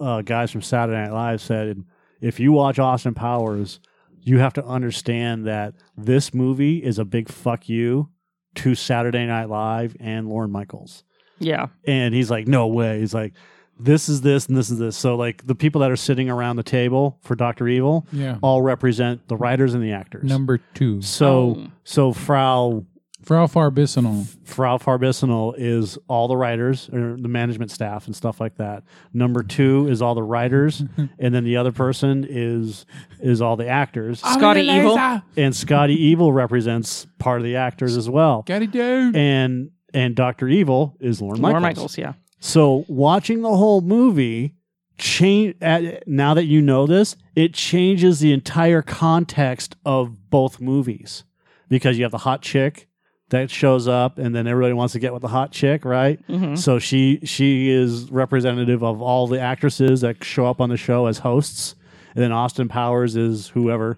D: uh, guys from Saturday Night Live said, "If you watch Austin Powers, you have to understand that this movie is a big fuck you to Saturday Night Live and Lorne Michaels."
B: Yeah,
D: And he's like, no way. He's like, this is this and this is this. So, like, the people that are sitting around the table for Dr. Evil
E: Yeah.
D: all represent the writers and the actors.
E: Number two.
D: so,
B: Oh.
D: so Frau
E: For how far Bisonol?
D: Ralph Harbisinal is all the writers or the management staff and stuff like that. Number two is all the writers, and then the other person is is all the actors.
E: Ah.
B: Scotty Evil.
D: And Scotty Evil represents part of the actors as well.
E: Got it, dude.
D: And and Doctor Evil is Lauren Michaels.
B: More Michaels, yeah.
D: So watching the whole movie change at, now that you know this, it changes the entire context of both movies because you have the hot chick that shows up and then everybody wants to get with the hot chick, right?
B: hmm
D: So she she is representative of all the actresses that show up on the show as hosts. And then Austin Powers is whoever,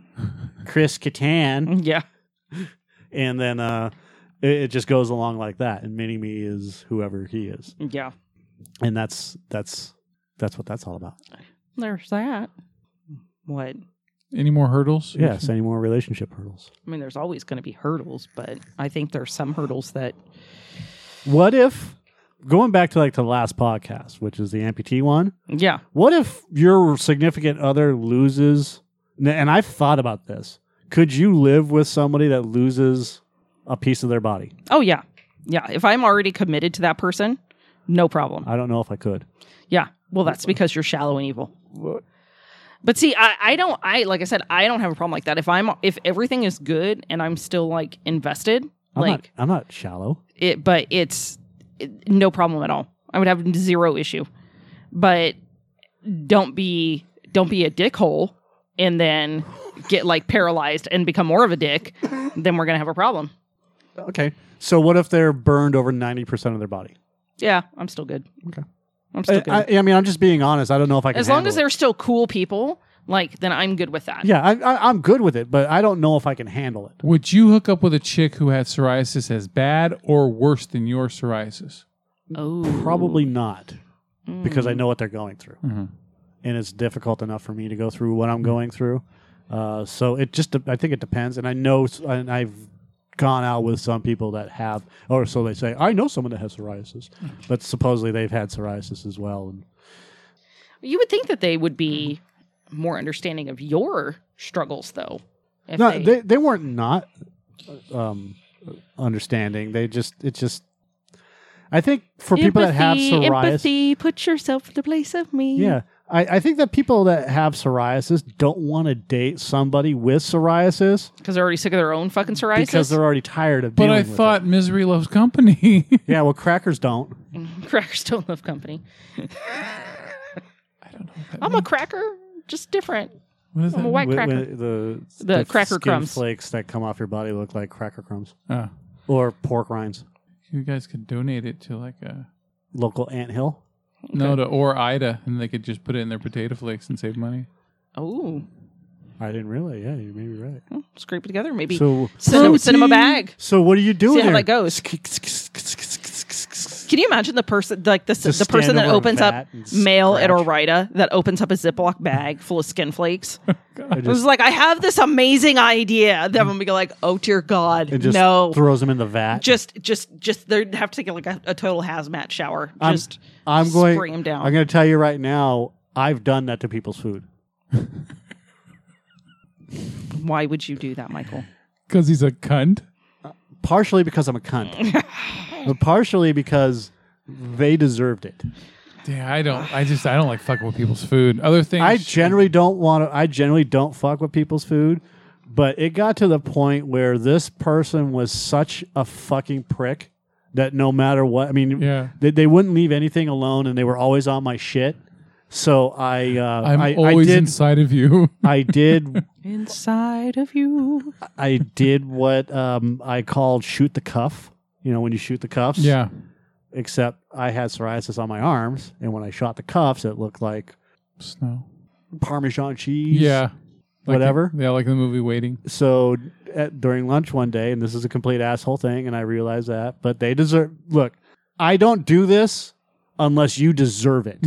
D: Chris Kattan,
B: Yeah.
D: and then uh, it, it just goes along like that. And Mini Me is whoever he is
B: Yeah.
D: and that's that's that's what that's all about.
B: There's that. What?
E: Any more hurdles?
D: Yes, any more relationship hurdles?
B: I mean, there's always going to be hurdles, but I think there's some hurdles that
D: What if going back to like to the last podcast, which is the amputee one?
B: yeah,
D: What if your significant other loses? n- And I've thought about this. Could you live with somebody that loses a piece of their body?
B: Oh yeah. Yeah. If I'm already committed to that person, no problem.
D: I don't know if I could.
B: Yeah. Well, that's because you're shallow and evil. But see, I, I don't I like I said, I don't have a problem like that. If I'm if everything is good and I'm still like invested,
D: I'm
B: like
D: not. I'm not shallow.
B: it but it's it, no problem at all. I would have zero issue. But don't be don't be a dickhole and then get like paralyzed and become more of a dick, then we're gonna have a problem.
D: Okay. So what if they're burned over ninety percent of their body?
B: Yeah, I'm still good.
D: Okay.
B: I'm still
D: I,
B: good.
D: I, I mean, I'm just being honest. I don't know if I can.
B: as long
D: handle
B: as
D: it.
B: they're still cool people, like then I'm good with that.
D: Yeah, I, I, I'm good with it, but I don't know if I can handle it.
E: Would you hook up with a chick who had psoriasis as bad or worse than your psoriasis?
B: Oh,
D: Probably not, because
B: Mm.
D: I know what they're going through,
E: Mhm.
D: and it's difficult enough for me to go through what I'm going through. Uh, so it just, I think it depends, and I know, s- and I've gone out with some people that have, or so they say. I know someone that has psoriasis, but supposedly they've had psoriasis as well. And
B: you would think that they would be more understanding of your struggles, though. If
D: no,
B: they-
D: they they weren't not um, understanding. They just, it just. I think for people that have
B: Empathy,
D: psoriasis,
B: empathy, put yourself in the place of me.
D: Yeah. I, I think that people that have psoriasis don't want to date somebody with psoriasis
B: because they're already sick of their own fucking psoriasis.
D: because they're already tired of
E: But
D: dealing
E: I
D: with
E: thought misery loves company. [laughs]
D: it. Yeah, well, crackers don't.
B: [laughs] crackers don't
D: [laughs]
B: love company.
E: I don't know. What, that
B: I'm a cracker, just different.
E: what is
B: I'm a
E: that?
B: white
D: Wh-
B: cracker.
D: wh- the
B: The cracker
D: skin
B: crumbs.
D: flakes that come off your body look like cracker crumbs
E: Oh,
D: or pork rinds.
E: you guys could donate it to like a
D: Local anthill.
E: no to or Ida, and they could just put it in their potato flakes and save money.
B: Oh,
D: I didn't realize. Yeah, you may be right.
B: well, scrape it together, maybe.
D: So,
B: send, them, send them a bag.
D: so what are you doing?
B: See how
D: there?
B: that goes. Can you imagine the person like the
D: Just
B: the person
D: stand
B: that
D: over a
B: opens
D: vat
B: up
D: and
B: mail at
D: scratch.
B: Orida that opens up
D: [laughs]
B: a Ziploc bag full of skin flakes?
D: It
B: It was
D: just,
B: like, I have this amazing idea. Then I'm gonna be like, oh dear God,
D: it just
B: no.
D: throws them in the vat.
B: just, just, just, they'd have to take like a, a total hazmat shower.
D: I'm-
B: Just,
D: I'm going.
B: spray 'em down.
D: I'm going to tell you right now. I've done that to people's food.
B: why would you do that, Michael?
E: Because he's a cunt.
D: partially because I'm a cunt,
E: Mm. [laughs]
D: but partially because they deserved it.
E: Yeah, I don't. I just I don't like fucking with people's food. Other things.
D: I generally don't want to. I generally don't fuck with people's food, but it got to the point where this person was such a fucking prick that no matter what, I mean,
E: Yeah.
D: they, they wouldn't leave anything alone, and they were always on my shit. So I, uh,
E: I'm
D: I,
E: always
D: I did,
E: inside of you.
D: [laughs]
E: [laughs]
D: I did,
B: Inside of you.
D: I did what um, I called shoot the cuff. You know, when you shoot the cuffs,
E: yeah.
D: except I had psoriasis on my arms, and when I shot the cuffs, it looked like
E: Snow.
D: Parmesan cheese.
E: Yeah. Like
D: Whatever.
E: The, yeah, like the movie Waiting.
D: So at, during lunch one day, and this is a complete asshole thing, and I realize that, but they deserve. Look, I don't do this unless you
E: [laughs]
D: deserve it.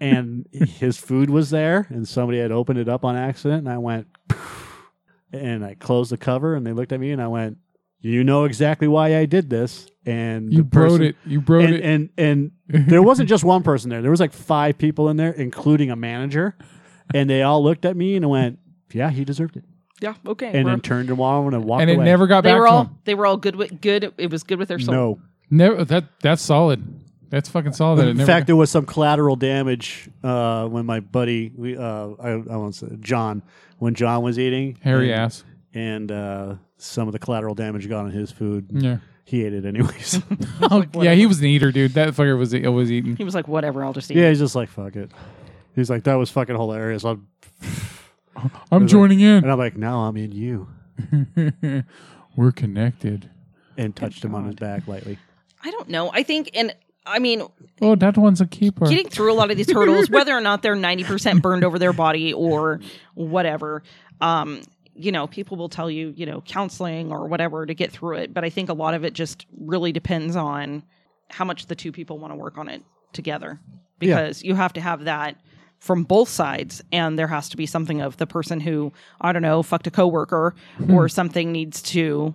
D: and his food was there, and somebody had opened it up on accident, and I went, and I closed the cover, and they looked at me, and I went, "You know exactly why I did this." And
E: You
D: the person-
E: broed it. You broed it.
D: and, and
E: [laughs]
D: and there wasn't just one person there. There was like five people in there, including a manager, and they all looked at me and went, "Yeah, he deserved it."
B: Yeah. Okay.
D: and
B: we're-
D: then turned and walked and walked
E: and it
D: away.
E: never got
B: they
E: back
B: were
E: to
B: all
E: him.
B: they were all good with good. It was good with their soul.
D: No.
E: Never that that's solid. That's fucking solid. That it
D: In
E: never
D: fact, there was some collateral damage uh, when my buddy, we, uh, I, I want to say John, when John was eating.
E: hairy
D: and,
E: ass.
D: And uh, some of the collateral damage got on his food.
E: Yeah.
D: He ate
E: [laughs]
D: it anyways. [laughs]
E: Oh, yeah, he was an eater, dude. That fucker was always
B: [laughs]
E: eating.
B: He was like, whatever. I'll just eat.
D: yeah,
B: it."
D: he's just like, fuck it. He's like, that was fucking hilarious. I'm,
E: I'm joining in.
D: and I'm like, now I'm in you.
E: We're connected.
D: And touched him on his back lightly.
B: I don't know. I think, and I mean,
E: Oh, that one's a keeper.
B: getting through a lot of these
D: [laughs]
B: hurdles, whether or not they're ninety percent burned over their body or whatever, um, you know, people will tell you, you know, counseling or whatever to get through it. But I think a lot of it just really depends on how much the two people want to work on it together, because you have to have that from both sides and there has to be something of the person who i don't know fucked a coworker or something needs to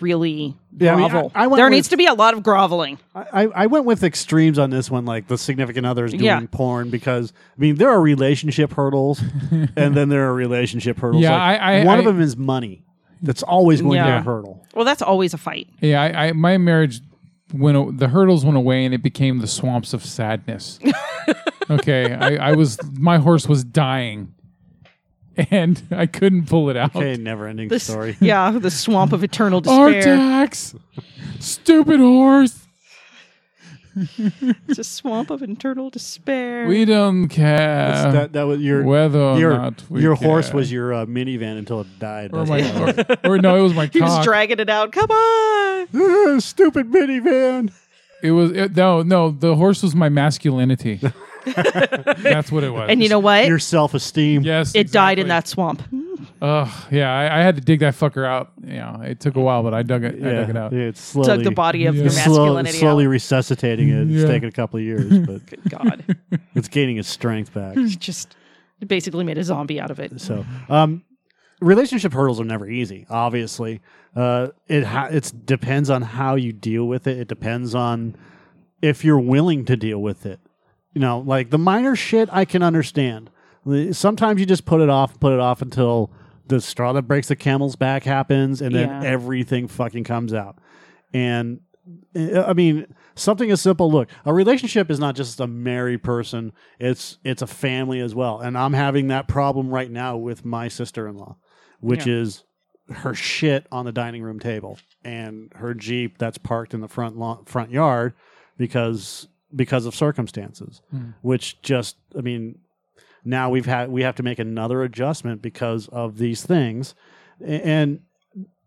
B: really
D: Hmm. Yeah, I mean, I-
B: grovel
D: I went
B: there
D: with-
B: needs to be a lot of groveling
D: I, I went with extremes on this one, like the significant others doing
B: Yeah.
D: porn, because I mean there are relationship hurdles,
B: [laughs]
D: and then there are relationship hurdles.
E: Yeah,
D: Like,
E: I- I-
D: one
E: I-
D: of them is money. That's always going to be
B: Yeah.
D: a hurdle.
B: well that's always a fight
E: Yeah, I, I my marriage went a- the hurdles went away and it became the swamps of sadness. okay, I, I was my horse was dying, and I couldn't pull it out.
D: Okay, never-ending
B: the
E: [laughs]
B: s-
D: story.
B: Yeah, the swamp of eternal [laughs] despair.
E: Artax, stupid horse.
B: it's a swamp of eternal despair.
E: We don't care
D: that, that was your
E: whether or
D: your,
E: not we
D: your horse
E: care.
D: was your uh, minivan until it died.
E: Or,
D: That's
E: my, or, or no, it was my
B: he was
E: cock.
B: dragging it out. Come on.
D: [laughs] why. Ah, Stupid minivan.
E: it was it, no, no. The horse was my
D: [laughs]
E: masculinity. That's what it was.
B: And you know what?
D: Your self-esteem.
E: yes,
B: it died in
E: exactly.
B: that swamp.
E: Ugh, yeah, I, I had to dig that fucker out. You know, it took a while, but I dug it. I
D: yeah,
E: dug it out.
D: yeah, it's slowly
B: Dug the body of
E: Yeah.
B: your
D: it's slow,
B: masculinity
D: slowly resuscitating it. It's
E: Yeah.
D: taken a couple of
E: [laughs]
D: years, but
B: out. God.
D: it's gaining its strength back.
B: He Just basically made a zombie out of it.
D: So, um, relationship hurdles are never easy. Obviously, uh, it ha- it depends on how you deal with it. It depends on if you're willing to deal with it. You know, like the minor shit, I can understand. The- Sometimes you just put it off, put it off until the straw that breaks the camel's back happens, and then
B: Yeah.
D: everything fucking comes out. And uh, I mean, something as simple. Look, a relationship is not just a married person; it's it's a family as well. And I'm having that problem right now with my sister in law, which
B: Yeah.
D: is her shit on the dining room table and her jeep that's parked in the front lawn, front yard because because of circumstances, which just I mean, now we've had we have to make another adjustment because of these things, A- and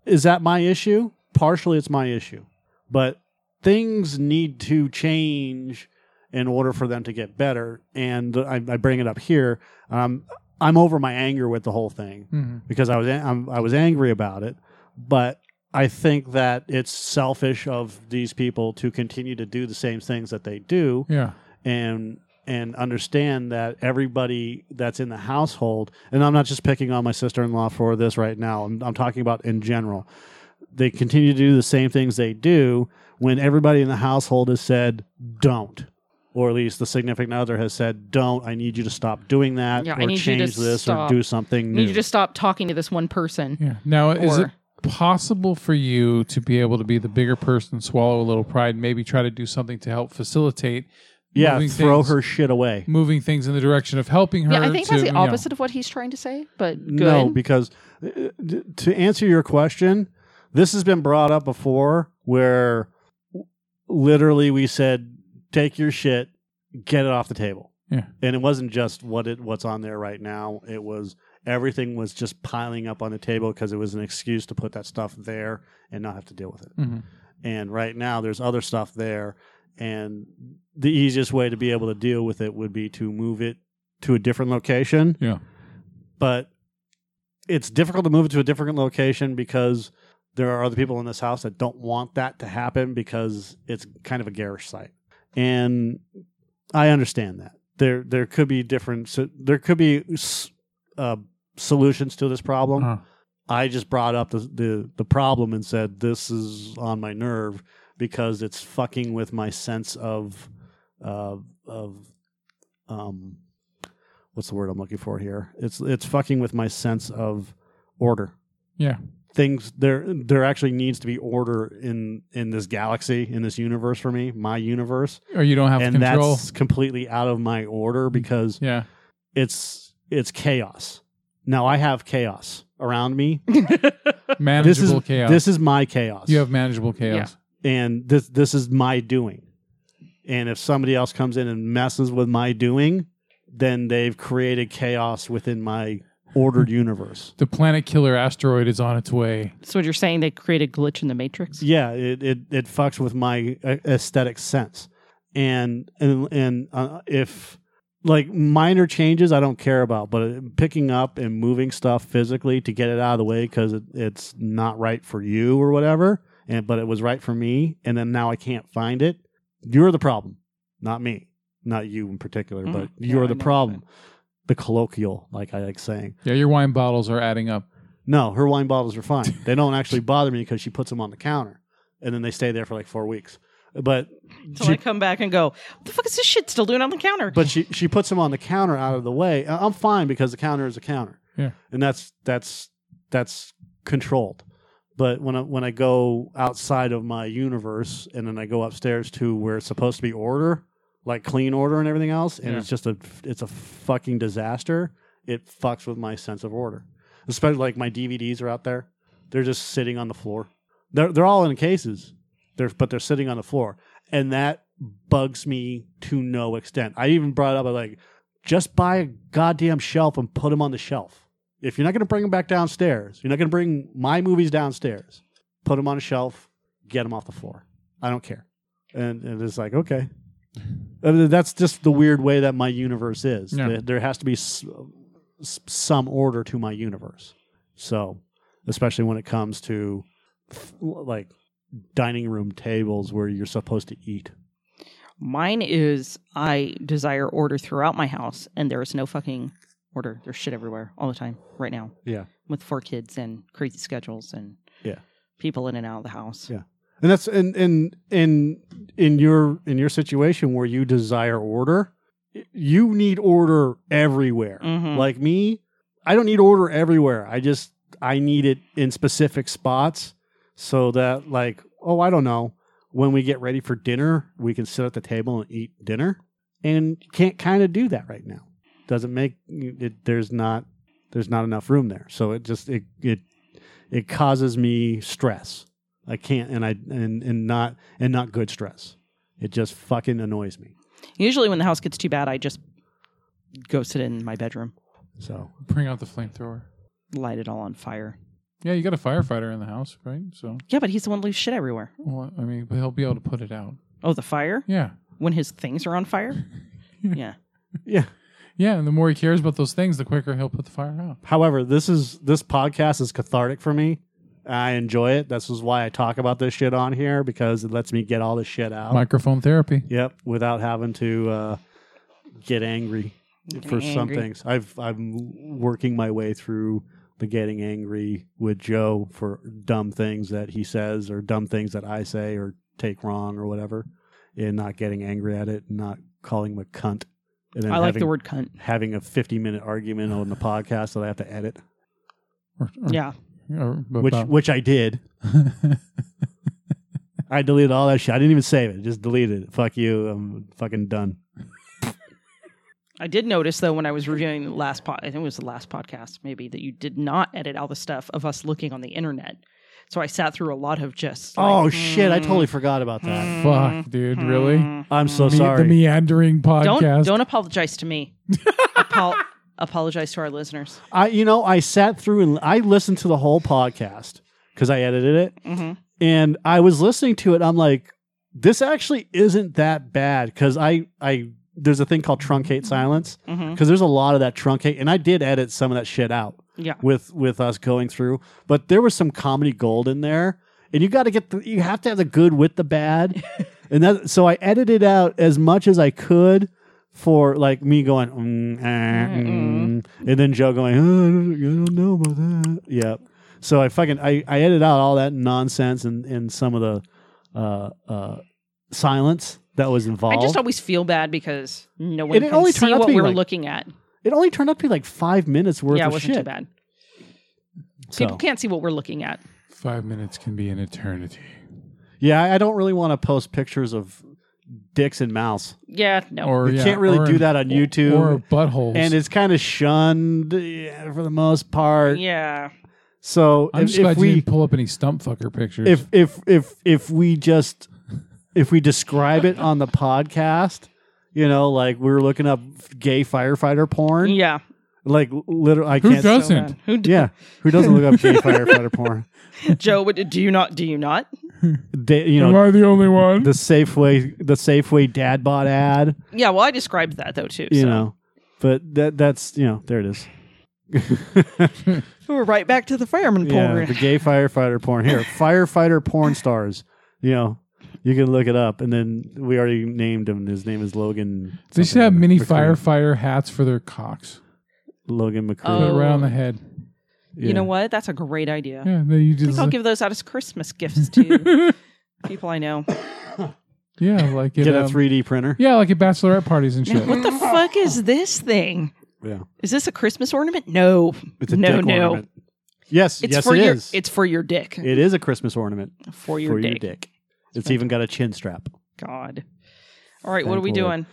D: is that my issue? Partially, it's my issue, but things need to change in order for them to get better. And I, I bring it up here. Um, I'm over my anger with the whole thing
E: Mhm.
D: because I was an- I'm, I was angry about it, but I think that it's selfish of these people to continue to do the same things that they do
E: Yeah.
D: and and understand that everybody that's in the household and i'm not just picking on my sister-in-law for this right now i'm, I'm talking about in general they continue to do the same things they do when everybody in the household has said don't or at least the significant other has said don't i need you to stop doing that
B: Yeah, I
D: or
B: need you to
D: change this
B: stop.
D: or do something
B: You
D: new
B: need to just stop talking to this one person.
E: Yeah. Now, is it
B: Or-
E: possible for you to be able to be the bigger person, swallow a little pride, maybe try to do something to help facilitate?
D: yeah
E: moving
D: throw
E: things-
D: her shit away
E: moving things in the direction of helping her.
B: Yeah, I think
E: to,
B: that's the
E: you know-
B: opposite of what he's trying to say, but good.
D: No, because uh, d- to answer your question, this has been brought up before where w- literally we said, take your shit, get it off the table.
E: Yeah.
D: And it wasn't just what it what's on there right now. It was everything was just piling up on the table because it was an excuse to put that stuff there and not have to deal with it.
E: Mhm.
D: And right now there's other stuff there and the easiest way to be able to deal with it would be to move it to a different location
E: Yeah.
D: but it's difficult to move it to a different location because there are other people in this house that don't want that to happen because it's kind of a garish site. And I understand that. There there could be different so there could be s- uh, solutions to this problem.
E: Uh-huh.
D: I just brought up the, the the problem and said this is on my nerve because it's fucking with my sense of uh, of um what's the word I'm looking for here? It's it's fucking with my sense of order.
E: Yeah.
D: Things there there actually needs to be order in in this galaxy, in this universe for me, my universe.
E: Or Oh, you don't have
D: and
E: control.
D: that's completely out of my order because
E: Yeah.
D: it's it's chaos. Now I have chaos around me.
E: Manageable
D: [laughs] this is
E: chaos.
D: this is my chaos.
E: you have manageable chaos.
D: and this this is my doing. And if somebody else comes in and messes with my doing, then they've created chaos within my
E: [laughs]
D: ordered universe.
E: The planet killer asteroid is on its way.
B: So what you're saying they created glitch in the matrix?
D: Yeah, it it, it fucks with my uh, aesthetic sense. And and and uh, if like minor changes, I don't care about, but uh, picking up and moving stuff physically to get it out of the way because it, it's not right for you or whatever. And but it was right for me, and then now I can't find it. You're the problem, not me, not you in particular,
B: Mm,
D: but
B: yeah,
D: you're
B: I
D: the
B: know.
D: problem. The colloquial, like I like saying.
E: Yeah, your wine bottles are adding up.
D: No, her wine bottles are fine. They don't actually bother me because she puts them on the counter, and then they stay there for like four weeks. But
B: So
D: she,
B: I come back and go, what the fuck is this shit still doing on the counter?
D: but she she puts them on the counter out of the way. I- I'm fine because the counter is a counter.
E: Yeah.
D: and that's that's that's controlled. But when I when I go outside of my universe and then I go upstairs to where it's supposed to be order, like clean order and everything else, and
E: Yeah.
D: it's just a it's a fucking disaster. It fucks with my sense of order. Especially like my DVDs are out there. They're just sitting on the floor. They're they're all in cases. They're but they're sitting on the floor. And that bugs me to no extent. I even brought up I like just buy a goddamn shelf and put them on the shelf. If you're not going to bring them back downstairs, you're not going to bring my movies downstairs. Put them on a shelf, get them off the floor. I don't care. And, and it's like, okay. I mean, that's just the weird way that my universe is.
E: Yeah.
D: There, there has to be s- s- some order to my universe. So, especially when it comes to like dining room tables where you're supposed to eat.
B: Mine is I desire order throughout my house, and there is no fucking order. There's shit everywhere all the time right now.
D: Yeah.
B: With four kids and crazy schedules and
D: Yeah.
B: people in and out of the house.
D: Yeah. and that's in in in in your in your situation where you desire order you need order everywhere
B: Mhm.
D: like me i don't need order everywhere i just i need it in specific spots so that like oh i don't know when we get ready for dinner we can sit at the table and eat dinner and you can't kind of do that right now doesn't make it there's not there's not enough room there so it just it it it causes me stress I can't, and I and and not and not good stress. It just fucking annoys me.
B: Usually, when the house gets too bad, I just go sit in my bedroom,
D: So
E: Bring out the flamethrower.
B: light it all on fire.
E: Yeah, you got a firefighter in the house, right? So,
B: Yeah, but he's the one who leaves shit everywhere.
E: well, I mean, but he'll be able to put it out.
B: Oh, the fire?
E: Yeah.
B: When his things are
D: [laughs]
B: on fire? yeah.
D: yeah.
E: Yeah, and the more he cares about those things, the quicker he'll put the fire out.
D: However, this is this podcast is cathartic for me. I enjoy it. This is why I talk about this shit on here because it lets me get all this shit out.
E: Microphone therapy.
D: Yep, without having to uh, get angry for some
B: angry.
D: things. I've I'm working my way through the getting angry with Joe for dumb things that he says or dumb things that I say or take wrong or whatever, and not getting angry at it, and not calling him a cunt, and then
B: I like
D: having,
B: the word cunt.
D: having a fifty minute argument on the podcast that I have to edit,
E: Or, or-
B: Yeah.
E: or uh,
D: which
E: about-
D: which I did. I deleted all that shit. I didn't even save it. Just deleted it. Fuck you. I'm fucking done.
B: I did notice though when I was reviewing the last pod, I think it was the last podcast maybe that you did not edit all the stuff of us looking on the internet. So I sat through a lot of just like, mm,
D: oh shit! I totally forgot about
E: [laughs]
D: that.
E: Fuck, dude, really?
D: I'm so
E: Me-
D: sorry.
E: The meandering
B: Hmm. don't
E: podcast.
B: don't apologize
D: [laughs]
B: to me. Apo- apologize to our listeners.
D: I, you know, I sat through and I listened to the whole podcast because I edited it,
B: Mhm.
D: and I was listening to it. I'm like, this actually isn't that bad because I, I, there's a thing called truncate silence because
B: Mhm.
D: there's a lot of that truncate, and I did edit some of that shit out
B: Yeah.
D: with with us going through, but there was some comedy gold in there, and you got to get the, you have to have the good with the
B: [laughs]
D: bad, and that so I edited out as much as I could for like me going mm, ah, mm, and then Joe going "Oh, I don't- I don't know about that. Yep. So I fucking I, I edited out all that nonsense and and some of the uh uh silence that was involved.
B: I just always feel bad because no one
D: And it
B: can
D: only
B: see
D: turned out to
B: what
D: be
B: we were
D: like
B: looking at.
D: it only turned out to be like five minutes worth
B: Yeah, it
D: of
B: wasn't
D: shit.
B: too bad. People can't see what we're looking at.
E: Five minutes can be an eternity.
D: Yeah, I- I don't really want to post pictures of dicks and mouths.
B: Yeah, no.
E: Or
D: You
E: yeah,
D: can't really
E: or
D: do
E: in-
D: that on YouTube.
E: Or buttholes.
D: And it's kind of shunned yeah, for the most part.
B: yeah.
D: So
E: I'm
D: if,
E: just glad
D: if
E: you
D: we
E: didn't pull up any stump fucker pictures.
D: if if if if we just if we describe it on the podcast, you know, like we were looking up gay firefighter porn,
B: Yeah. Oh,
D: like literally, I
E: Who
D: can't.
E: doesn't?
B: Who d-
D: Yeah, who doesn't look up gay firefighter porn?
B: [laughs]
D: [laughs]
B: Joe, what- do you not do you not?
D: They, you
E: Am
D: know,
E: I the only one?
D: the Safeway, the Safeway dad bod ad,
B: Yeah, well I described that though too.
D: you
B: so
D: know, but that that's you know, there it is.
B: we're right back to the fireman
D: Yeah,
B: porn.
D: the gay firefighter porn.
B: [laughs]
D: Here, firefighter porn stars. You know, you can look it up, and then we already named him. His name is Logan.
E: they should
D: something
E: have
D: or
E: mini
D: McCreary.
E: firefighter hats for their cocks.
D: Logan McCreary.
E: Put it right
B: Oh.
E: on the head.
B: You
D: Yeah.
B: know what? That's a great idea.
E: Yeah, then you
B: I think
E: just
B: I'll give those out as Christmas gifts [laughs] to people I know.
E: yeah,
D: [laughs]
E: like it,
D: Get a
E: um,
D: 3D printer.
E: Yeah, like at bachelorette parties and shit. [laughs]
B: [laughs] What the fuck is this thing?
D: Yeah.
B: Is this a Christmas ornament? No.
D: It's a
B: no,
D: dick
B: no.
D: ornament. Yes,
B: It's
D: yes,
B: for
D: it
B: your
D: is.
B: it's for your dick.
D: it is a Christmas ornament
B: for your
D: for
B: dick.
D: your dick. It's even got a chin strap.
B: God. All right, what are
D: Thank
B: we
D: Lord.
B: doing?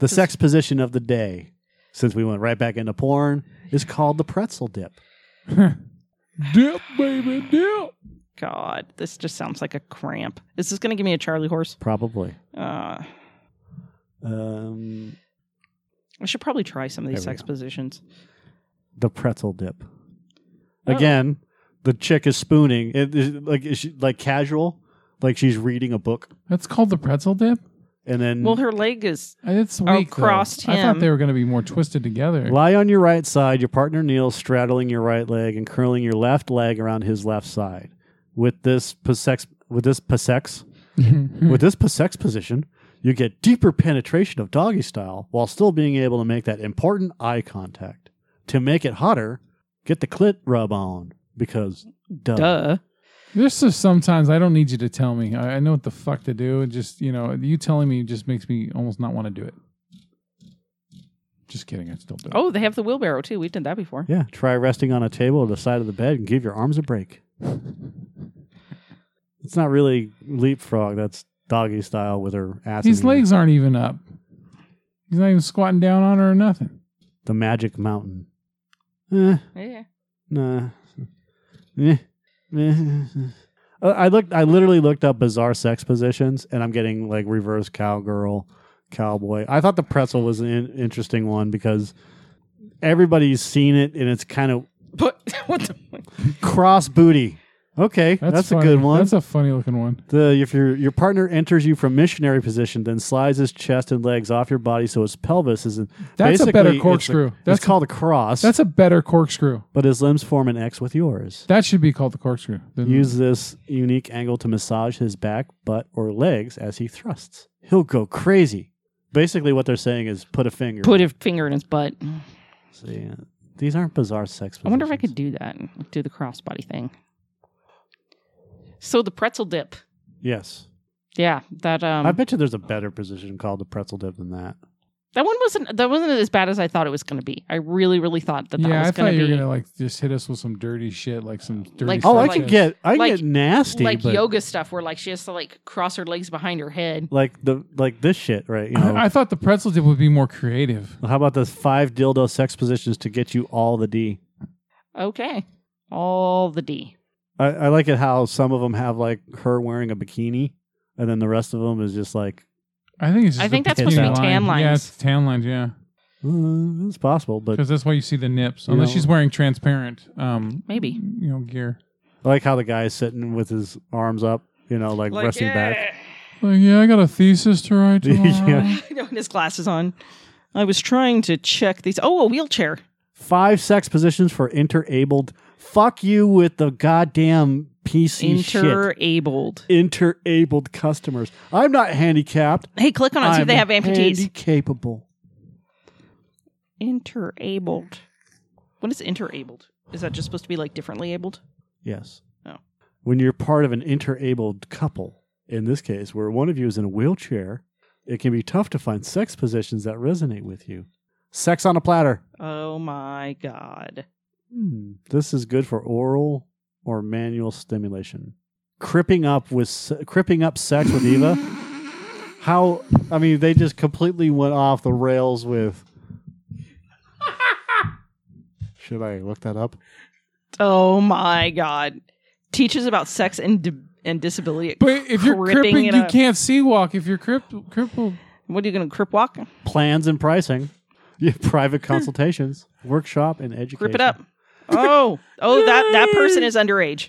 D: The sex position of the day, since we went right back into porn, is called the pretzel dip.
E: dip, baby, dip.
B: God, this just sounds like a cramp. Is this going to give me a Charlie horse?
D: Probably.
B: Uh,
D: Um,
B: I should probably try some of these
D: There we
B: sex positions.
D: the pretzel dip.
B: Oh.
D: Again, the chick is spooning. It is like is she, like casual, like she's reading a book,
E: That's called the pretzel dip. Uh,
D: and then
B: Well, her leg is.
E: It's
B: Oh,
E: weak. though.
B: crossed
E: I thought
B: him.
E: they were going to be more twisted together. [laughs]
D: lie on your right side. Your partner kneels, straddling your right leg and curling your left leg around his left side. With this passex, with this passex,
B: Hmm.
D: with this passex position, you get deeper penetration of doggy style while still being able to make that important eye contact. To make it hotter, get the clit rub on because
B: Duh.
E: There's just sometimes I don't need you to tell me. I, I know what the fuck to do. It just you know, you telling me just makes me almost not want to do it. Just kidding. I still do. it.
B: Oh, they have the wheelbarrow too. We've done that before.
D: Yeah, try resting on a table or the side of the bed and give your arms a break. it's not really leapfrog. That's doggy style with her ass.
E: his
D: in the air.
E: legs aren't even up. He's not even squatting down on her or nothing.
D: The magic mountain. Eh,
B: Yeah.
D: nah. Eh, eh. Uh, I looked. I literally looked up bizarre sex positions, and I'm getting like reverse cowgirl, cowboy. I thought the pretzel was an in- interesting one because everybody's seen it, and it's kind of
B: But [laughs] what the?
D: cross booty. Okay, that's,
E: That's,
D: a
E: funny.
D: good one.
E: That's a funny looking one.
D: The if your your partner enters you from missionary position, then slides his chest and legs off your body so his pelvis is. in-
E: That's a better
D: basically, it's
E: corkscrew.
D: It's,
E: That's-
D: called a cross.
E: That's a better corkscrew.
D: but his limbs form an X with yours.
E: That should be called the corkscrew.
B: Mm.
E: Then
D: Use this unique angle to massage his back, butt, or legs as he thrusts. He'll go crazy. Basically, what they're saying is put a finger.
B: Put a finger in his butt.
D: See, uh, these aren't bizarre sex. Positions.
B: I wonder if I could do that. Do the crossbody thing. So the pretzel dip.
D: Yes,
B: Yeah, that um,
D: I bet you there's a better position called the pretzel dip than that.
B: that one wasn't that wasn't as bad as I thought it was going to be. I really, really thought that that
E: yeah,
B: was
E: I
B: going
E: thought
B: to
E: you
B: be
E: were gonna like just hit us with some dirty shit, like some dirty.
B: Like-
E: sex
D: Oh, I
B: like-
D: can
E: shit.
D: get I can
B: like-
D: get nasty,
B: like
D: but
B: yoga stuff where like she has to like cross her legs behind her head.
D: like the like this shit, right? You
B: [laughs]
D: know,
E: I, I thought the pretzel dip would be more creative.
D: How about the five dildo sex positions to get you all the D?
B: Okay, all the D.
D: I, I like it how some of them have like her wearing a bikini, and then the rest of them is just like
E: I think it's. Just
B: I think
E: a
B: that's supposed
D: to be
E: bikini
B: tan
E: line. Yeah,
B: lines.
E: it's tan lines. Yeah,
D: mm, it's possible, but
E: because that's why you see the nips,
D: You
E: unless
D: know-
E: she's wearing transparent. Um,
B: Maybe.
E: you know gear.
D: I like how the guy is sitting with his arms up, you know, like, resting back.
E: Like, yeah, I got a thesis to write.
D: [laughs] Yeah.
E: tomorrow.
B: [laughs] I know his glasses on. I was trying to check these. Oh, a wheelchair.
D: Five sex positions for interabled. Fuck you with the goddamn PC shit.
B: Interabled.
D: Interabled customers. I'm not handicapped.
B: Hey, click on it. See
D: I'm
B: if they have amputees.
D: Handicapable.
B: interabled. What is interabled? Is that just supposed to be like differently abled?
D: Yes.
B: Oh.
D: When you're part of an interabled couple, in this case, where one of you is in a wheelchair, it can be tough to find sex positions that resonate with you. Sex on a platter.
B: Oh my god.
D: Hmm, this is good for oral or manual stimulation. Cripping up with se- cripping up sex with Eva. How I mean, they just completely went off the rails with. Should I look that up?
B: Oh my god. Teaches about sex and di- and disability.
E: But if you're
B: Cripping
E: cripping,
B: it
E: you
B: up.
E: can't see walk. If you're crippled, crippled.
B: What are you going to crip walk?
D: Plans and pricing, [laughs] Yeah, private consultations, workshop and education.
B: Hmm. Grip it up.
E: [laughs]
B: Oh, oh, that that person is underage.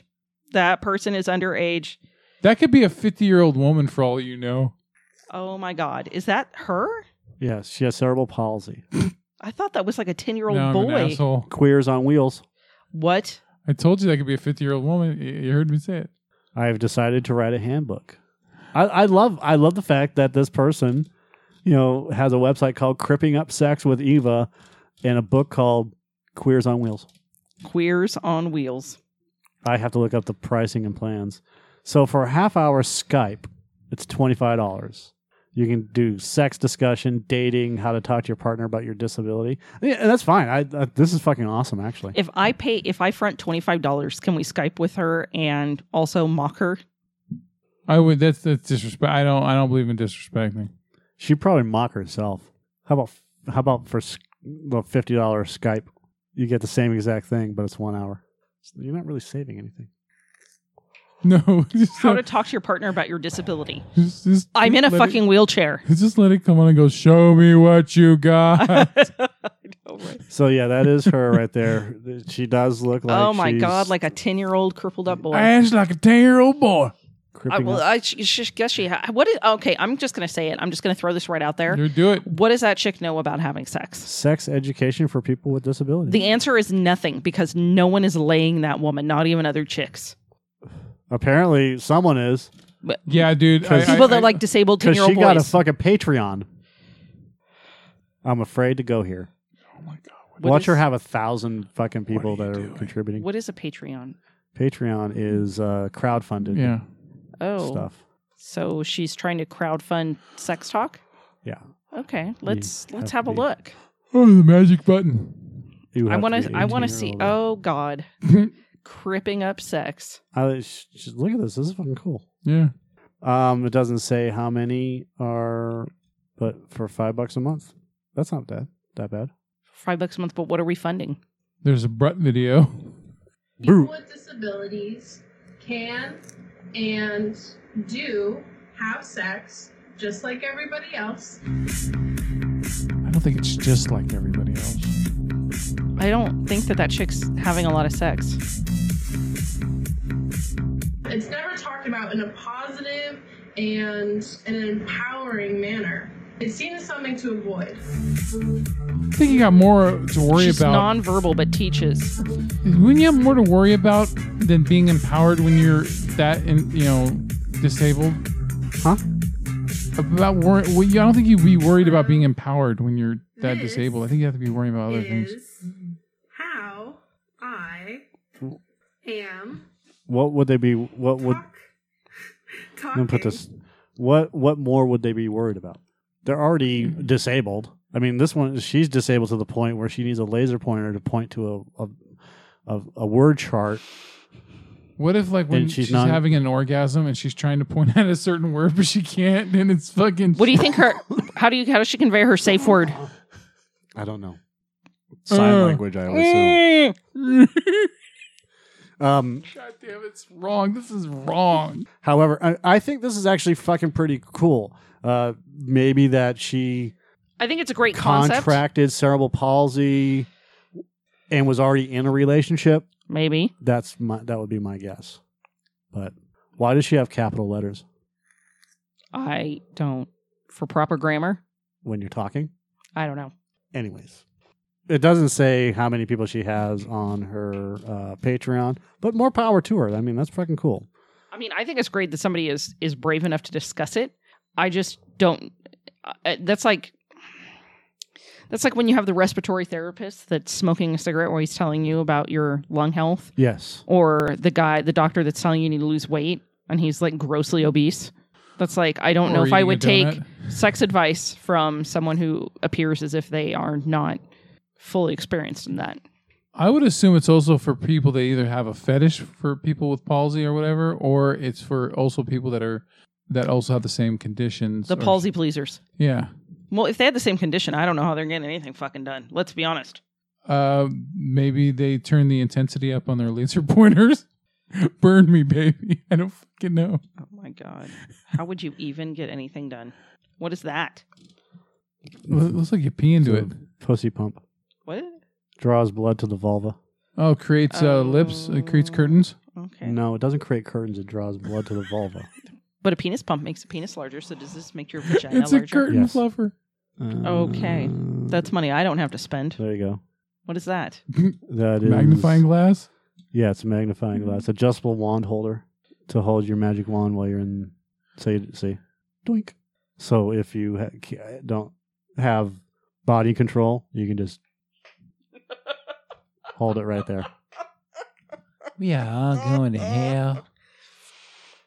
B: That person is underage.
E: that could be a 50 year old woman for all you know.
B: Oh my god, is that her?
D: Yes, she has cerebral palsy.
B: I thought that was like a ten year old
E: Now I'm an
B: boy.
E: asshole.
D: Queers on wheels.
B: What?
E: I told you that could be a 50 year old woman. Y- You heard me say it.
D: I have decided to write a handbook. I, I love I love the fact that this person, you know, has a website called Cripping Up Sex with Eva and a book called Queers on Wheels.
B: Queers on wheels.
D: I have to look up the pricing and plans. So for a half hour Skype, it's twenty five dollars. You can do sex discussion, dating, how to talk to your partner about your disability. Yeah, and that's fine. I, I this is fucking awesome, actually.
B: If I pay, if I front twenty five dollars, can we Skype with her and also mock her?
E: I would. That's that's disrespect. I don't. I don't believe in disrespecting.
D: She'd probably mock herself. How about how about for s- the fifty dollar Skype? You get the same exact thing, but it's one hour. So you're not really saving anything.
E: [laughs] No. [laughs] Just,
D: [laughs]
B: How to talk to your partner about your disability?
E: [laughs] just, just,
B: I'm in a
E: let it-
B: fucking wheelchair.
E: [laughs] just let it come on and go. Show me what you
B: [laughs] Oh,
E: got.
D: So yeah, that is her right there. She does look like
B: oh my
D: she's
B: god, like a ten year old crippled
E: [laughs]
B: up boy. I,
E: Ash like a ten year old boy.
D: cripping
B: well,
D: up.
B: I sh- sh- guess she. Ha- what is? Okay, I'm just gonna say it. I'm just gonna throw this right out there.
E: You do it.
B: What does that chick know about having sex?
D: sex education for people with disabilities.
B: The answer is nothing because no one is laying that woman, not even other chicks.
D: Apparently, someone is
E: Yeah, dude. I-
D: 'Cause-
E: I-
B: People that
E: I-
B: like disabled ten
D: because she
B: year old
D: got a
B: boys.
D: fucking Patreon. I'm afraid to go here.
E: oh
B: What
D: Watch
B: is-
D: her have a thousand fucking people
E: What are
D: that are
E: you doing?
D: contributing.
B: What is a Patreon?
D: Patreon is uh, crowdfunded
E: Yeah.
B: Oh,
D: stuff.
B: so she's trying to crowdfund sex talk.
D: Yeah.
B: Okay, let's let's
D: have
B: have
D: to
B: a
D: be-
B: look.
E: Oh, the magic button.
D: You
B: I
D: have
B: want
D: be
B: to. I want to see.
D: 18-year-old.
B: Oh God, cripping up sex.
D: I, sh- sh- look at this. This is fucking cool.
E: Yeah.
D: Um, it doesn't say how many are, but for five bucks a month, that's not bad. That bad.
B: Five bucks a month, but what are we funding?
E: There's a Brett video. [laughs]
G: people
D: Brute.
G: with disabilities can and do have sex just like everybody else.
E: I don't think it's just like everybody else.
B: I don't think that that chick's having a lot of sex.
G: It's never talked about in a positive and an empowering manner. It's seen as something to avoid.
E: I think you got more to worry
B: She's
E: about.
B: nonverbal but teaches.
E: Wouldn't you have more to worry about than being empowered when you're that, in, you know, disabled?
D: Huh?
E: About wor- well, you- I don't think you'd be worried about being empowered when you're that disabled. I think you have to be worrying about other things.
G: how I am
D: What would they be? What would?
G: talking.
D: Let me put this. What What more would they be worried about? They're already disabled. I mean, this one she's disabled to the point where she needs a laser pointer to point to a a, a, a word chart.
E: What if, like, when
D: And she's
E: she's,
D: not-
E: having an orgasm and she's trying to point [laughs] at a certain word but she can't, and it's fucking. [laughs]
B: What do you think her? How do you? How does she convey her safe word?
D: I don't know. Sign
B: Mm.
E: Uh.
D: language, I would assume.
B: [laughs]
D: Um,
E: God damn, it's wrong. This is wrong.
D: However, I, I think this is actually fucking pretty cool. Uh, maybe that she
B: I think it's a great concept.
D: contracted cerebral palsy and was already in a relationship.
B: Maybe
D: That's my that would be my guess. But why does she have capital letters
B: I don't. For proper grammar,
D: when you're talking?
B: I don't know.
D: Anyways, it doesn't say how many people she has on her uh, Patreon, but more power to her. I mean, that's fucking cool.
B: I mean, I think it's great that somebody is is brave enough to discuss it. I just don't. Uh, that's like that's like when you have the respiratory therapist that's smoking a cigarette while he's telling you about your lung health, [laughs]
D: Yes.
B: or the guy, the doctor that's telling you you need to lose weight, and he's like grossly obese. That's like I don't know
E: Or
B: if I
E: eating a
B: would take
E: donut.
B: sex advice from someone who appears as if they are not fully experienced in that.
E: I would assume it's also for people that either have a fetish for people with palsy or whatever, or it's for also people that are that also have the same conditions.
B: The
E: or-
B: palsy pleasers.
E: Yeah.
B: Well, if they had the same condition, I don't know how they're getting anything fucking done. Let's be honest.
E: Uh, maybe they turn the intensity up on their laser [laughs] pointers. Burn me, baby. [laughs] I don't fucking know.
B: Oh my god. How would you even get anything done? What is that?
E: It looks like you pee into it.
D: Pussy pump
B: What?
D: draws blood to the vulva.
E: Oh, it creates uh, lips.
B: Oh.
E: It creates curtains.
B: Okay.
D: No, it doesn't create curtains. It draws blood to the vulva.
B: But a penis pump makes a penis larger, so does this make your [laughs]
E: [laughs]
B: vagina
E: It's a
B: larger?
E: curtain
D: Yes.
E: fluffer.
B: Okay. That's money I don't have to spend.
D: Uh, There you go.
B: What is that?
D: That is
E: Magnifying glass.
D: Yeah, it's a magnifying glass, adjustable wand holder to hold your magic wand while you're in. Say, say, doink. So if you ha- ca- don't have body control, you can just hold it right there.
E: We are all going
B: Uh,
E: to hell.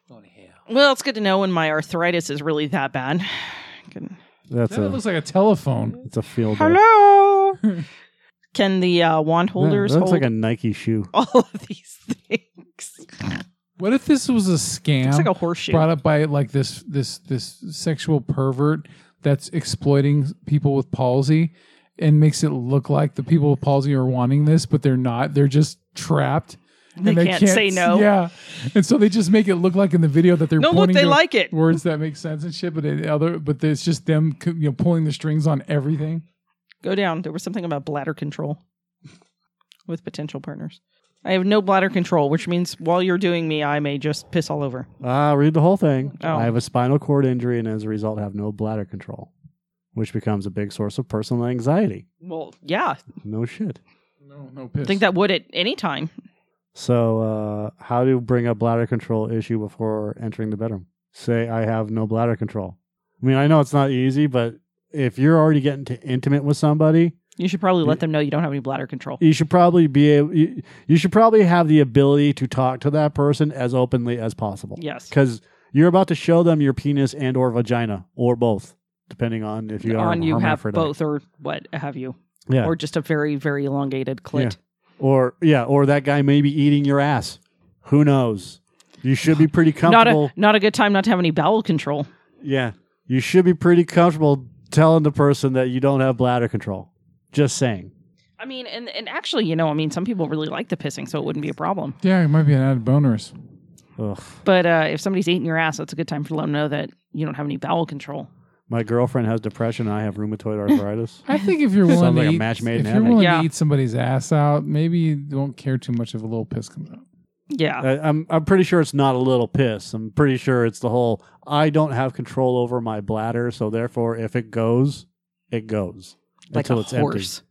E: Going to hell.
B: Well, it's good to know when my arthritis is really that bad. [sighs] Can-
D: That's
E: That
D: a
E: looks like a telephone.
D: it's a field.
B: Hello. Can the uh, wand holders
D: that looks
B: hold
D: like a Nike shoe.
B: all of these [laughs] things?
E: What if this was a scam?
B: It's like a horseshoe.
E: brought up by like this this this sexual pervert that's exploiting people with palsy and makes it look like the people with palsy are wanting this, but they're not. They're just trapped. and
B: They can't say no.
E: Yeah, and so they just make it look like in the video that they're
B: No, look,
E: pointing
B: they
E: to
B: like
E: [laughs]
B: it.
E: words that make sense and shit, but it other but it's just them you know pulling the strings on everything.
B: Go down. There was something about bladder control with potential partners. I have no bladder control, which means while you're doing me, I may just piss all over.
D: Ah, read the whole thing.
B: Oh.
D: I have a spinal cord injury, and as a result, have no bladder control, which becomes a big source of personal anxiety.
B: Well, yeah.
D: No shit.
E: No, no
B: I
E: piss.
B: think that would at any time.
D: So, uh, how to bring up bladder control issue before entering the bedroom? Say, I have no bladder control. I mean, I know it's not easy, but if you're already getting to intimate with somebody,
B: You should probably let them know you don't have any bladder control.
D: you should probably be able, you, you should probably have the ability to talk to that person as openly as possible.
B: Yes.
D: because you're about to show them your penis and or vagina or both, depending on if you are
B: on you have
D: hermaphrodite.
B: both or what have you.
D: Yeah.
B: Or just a very, very elongated clit.
D: Or yeah, or that guy may be eating your ass. Who knows? You should be pretty
B: [laughs] Not
D: comfortable.
B: a not a good time not to have any bowel control.
D: Yeah. You should be pretty comfortable telling the person that you don't have bladder control. Just saying.
B: I mean, and, and actually, you know, I mean, some people really like the pissing, so it wouldn't be a problem.
E: yeah, it might be an added bonus.
D: Ugh.
B: But uh, if somebody's eating your ass, that's a good time to let them know that you don't have any bowel control.
D: My girlfriend has depression and I have
B: [laughs]
D: rheumatoid arthritis.
E: I think if you're willing,
D: [laughs] Sounds
E: to,
D: like a
E: eat,
D: match made
E: if
D: in
E: you're
D: heaven.
E: willing
B: Yeah.
E: to eat somebody's ass out, maybe you don't care too much if a little piss comes out.
B: Yeah.
D: I, I'm I'm pretty sure it's not a little piss. I'm pretty sure it's the whole I don't have control over my bladder, so therefore if it goes, it goes.
B: like
D: until
B: a
D: it's
B: horse.
D: empty.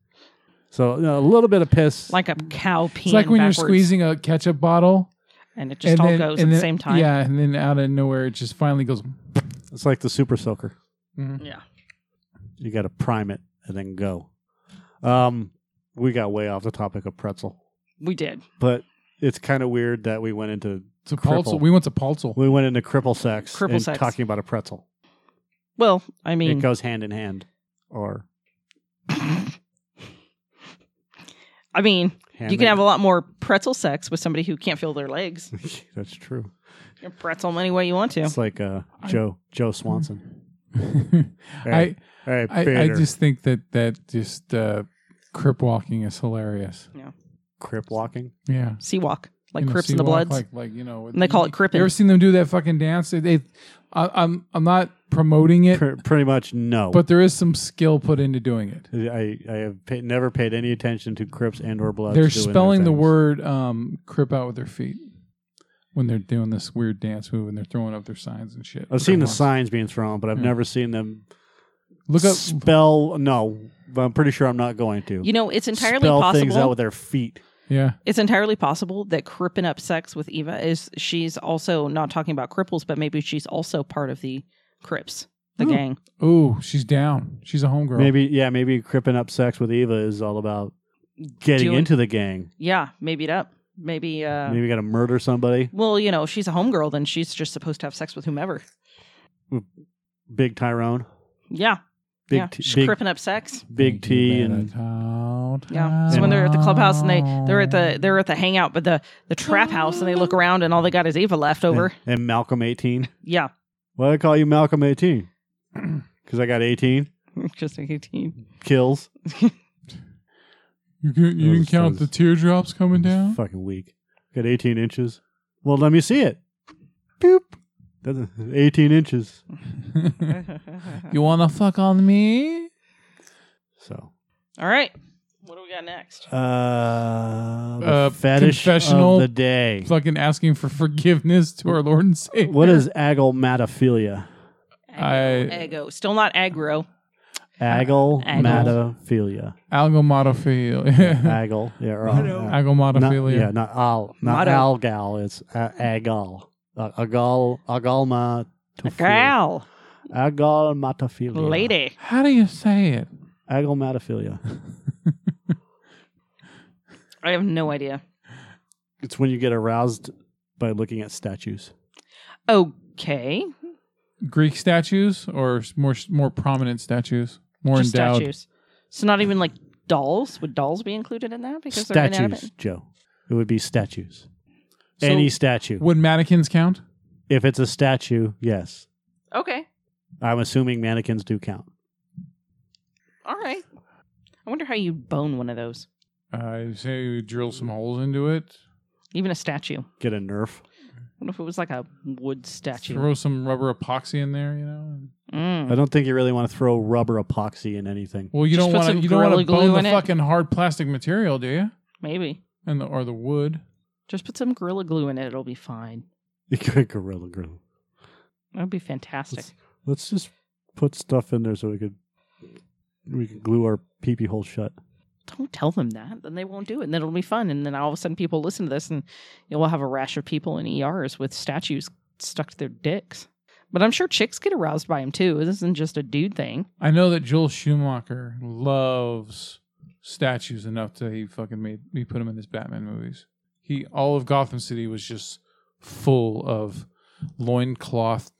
D: So you know, a little bit of piss.
B: Like a cow peeing.
E: It's like when
B: backwards,
E: you're squeezing a ketchup bottle.
B: And it just all goes at
E: and
B: the
E: then-
B: same time.
E: Yeah, and then out of nowhere, it just finally goes. mm-hmm.
D: it's like the super soaker.
B: Yeah.
D: You got to prime it and then go. Um, we got way off the topic of pretzel.
B: We did.
D: but it's kind of weird that we went into
E: To
D: Cripple.
E: Paltzel. We went to Paltzel.
D: we went into cripple sex
B: Cripple
D: and
B: sex.
D: talking about a pretzel.
B: Well, I
D: It
B: mean,
D: goes hand in hand, or
B: [laughs] I mean,
D: hand
B: you can have a lot more pretzel sex with somebody who can't feel their legs.
D: [laughs] That's true.
B: You can pretzel them any way you want to.
D: It's like uh, Joe Joe Swanson.
E: Hmm. [laughs] I,
D: All right,
E: I, I
D: Peter.
E: just think that that just uh, crip walking is hilarious.
D: crip walking.
E: Yeah.
B: Sea walk, like
E: You know,
B: Crips
E: so
B: and the
E: you walk
B: Bloods.
E: Like, like, you know,
B: And they call it crippin'.
E: You ever seen them do that fucking dance? They, they, I, I'm I'm not promoting it,
D: Pr- pretty much no.
E: but there is some skill put into doing it.
D: I I have paid, never paid any attention to crips and or bloods.
E: they're
D: doing their
E: spelling the
D: things.
E: word um, crip out with their feet when they're doing this weird dance move and they're throwing up their signs and shit.
D: I've seen the
E: Crip walks.
D: signs being thrown, but I've never seen them
E: Look up
D: spell. No, but I'm pretty sure I'm not going to.
B: You know, it's entirely
D: spell things out
B: possible.
D: with their feet.
E: Yeah.
B: It's entirely possible that cripping up sex with Eva is she's also not talking about cripples, but maybe she's also part of the Crips,
E: Oh.
B: the gang.
E: Ooh, she's down. She's a homegirl.
D: Maybe yeah, maybe cripping up sex with Eva is all about getting
B: Doing-
D: into the gang.
B: Yeah, maybe it up. Maybe. Uh,
D: Maybe got to murder somebody.
B: Well, you know, she's a homegirl, then she's just supposed to have sex with whomever.
D: Big Tyrone,
B: Yeah,
D: big
B: yeah.
D: T,
B: she's
D: big,
B: cripping up sex.
D: big T, and
E: Town. Out.
B: Yeah, so when they're at the clubhouse and they they're at
D: Oh.
B: the they're at the hangout, but the the trap house, and they look around and all they got is Eva left over.
D: And, and Malcolm 18.
B: Yeah,
D: Why do I call you Malcolm [clears throat] 18? Because I got 18
B: [laughs] just like eighteen.
D: kills.
E: You, can, you
D: Those-
E: didn't count
D: those-
E: the teardrops coming down.
D: Fucking weak. Got 18 inches. Well, let me see it. Boop. Doesn't- 18 inches.
E: You wanna fuck on me?
D: So,
B: all right, what do we got next?
D: uh, the
E: Uh,
D: fetish
E: confessional-
D: of the day.
E: Fucking asking for forgiveness to our Lord and Savior.
D: What is agomatophilia?
E: I
B: Ego, still not aggro.
E: [laughs]
D: Agomatophilia.
E: algomatophilia.
D: Agal.
E: [laughs]
D: Yeah, or, uh, not,
E: algomatophilia.
D: yeah, not al, not
B: Motto.
D: algal. It's a- agal, uh, agal, agalmatophilia.
B: Gal,
D: Agalmatophilia.
B: lady.
E: How do you say it?
D: Agalmatophilia. [laughs]
B: I have no idea.
D: It's when you get aroused by looking at statues.
B: Okay,
E: Greek statues or more more prominent statues, more
B: just
E: endowed.
B: statues. So not even like dolls. Would dolls be included in that because they're
D: Statues,
B: inanimate?
D: Joe. It would be statues.
E: So
D: Any statue.
E: would mannequins count?
D: if it's a statue, yes.
B: Okay,
D: I'm assuming mannequins do count.
B: all right. I wonder how you bone one of those,
E: I say you drill some holes into it,
B: even a statue.
D: Get a nerf.
B: What if it was like a wood statue?
E: throw some rubber epoxy in there. You know.
B: Mm.
D: I don't think you really want to throw rubber epoxy in anything. [laughs]
E: Well, you
B: Just
E: don't
B: put
E: want
B: some
E: to. You don't want
B: Gorilla
E: to
B: Glue
E: bone
B: in
E: the
B: it.
E: fucking hard plastic material, do you?
B: Maybe.
E: And the or the wood.
B: Just put some gorilla glue in it. It'll be fine.
D: gorilla, gorilla.
B: That would be fantastic.
D: Let's, let's just put stuff in there so we could we could glue our peepee hole shut.
B: Don't tell them that. Then they won't do it. And then it'll be fun. And then all of a sudden people listen to this and you'll have a rash of people in ERs with statues stuck to their dicks. But I'm sure chicks get aroused by him too. This isn't just a dude thing.
E: I know that Joel Schumacher loves statues enough that he fucking made he put them in his Batman movies. He all of Gotham City was just full of loincloth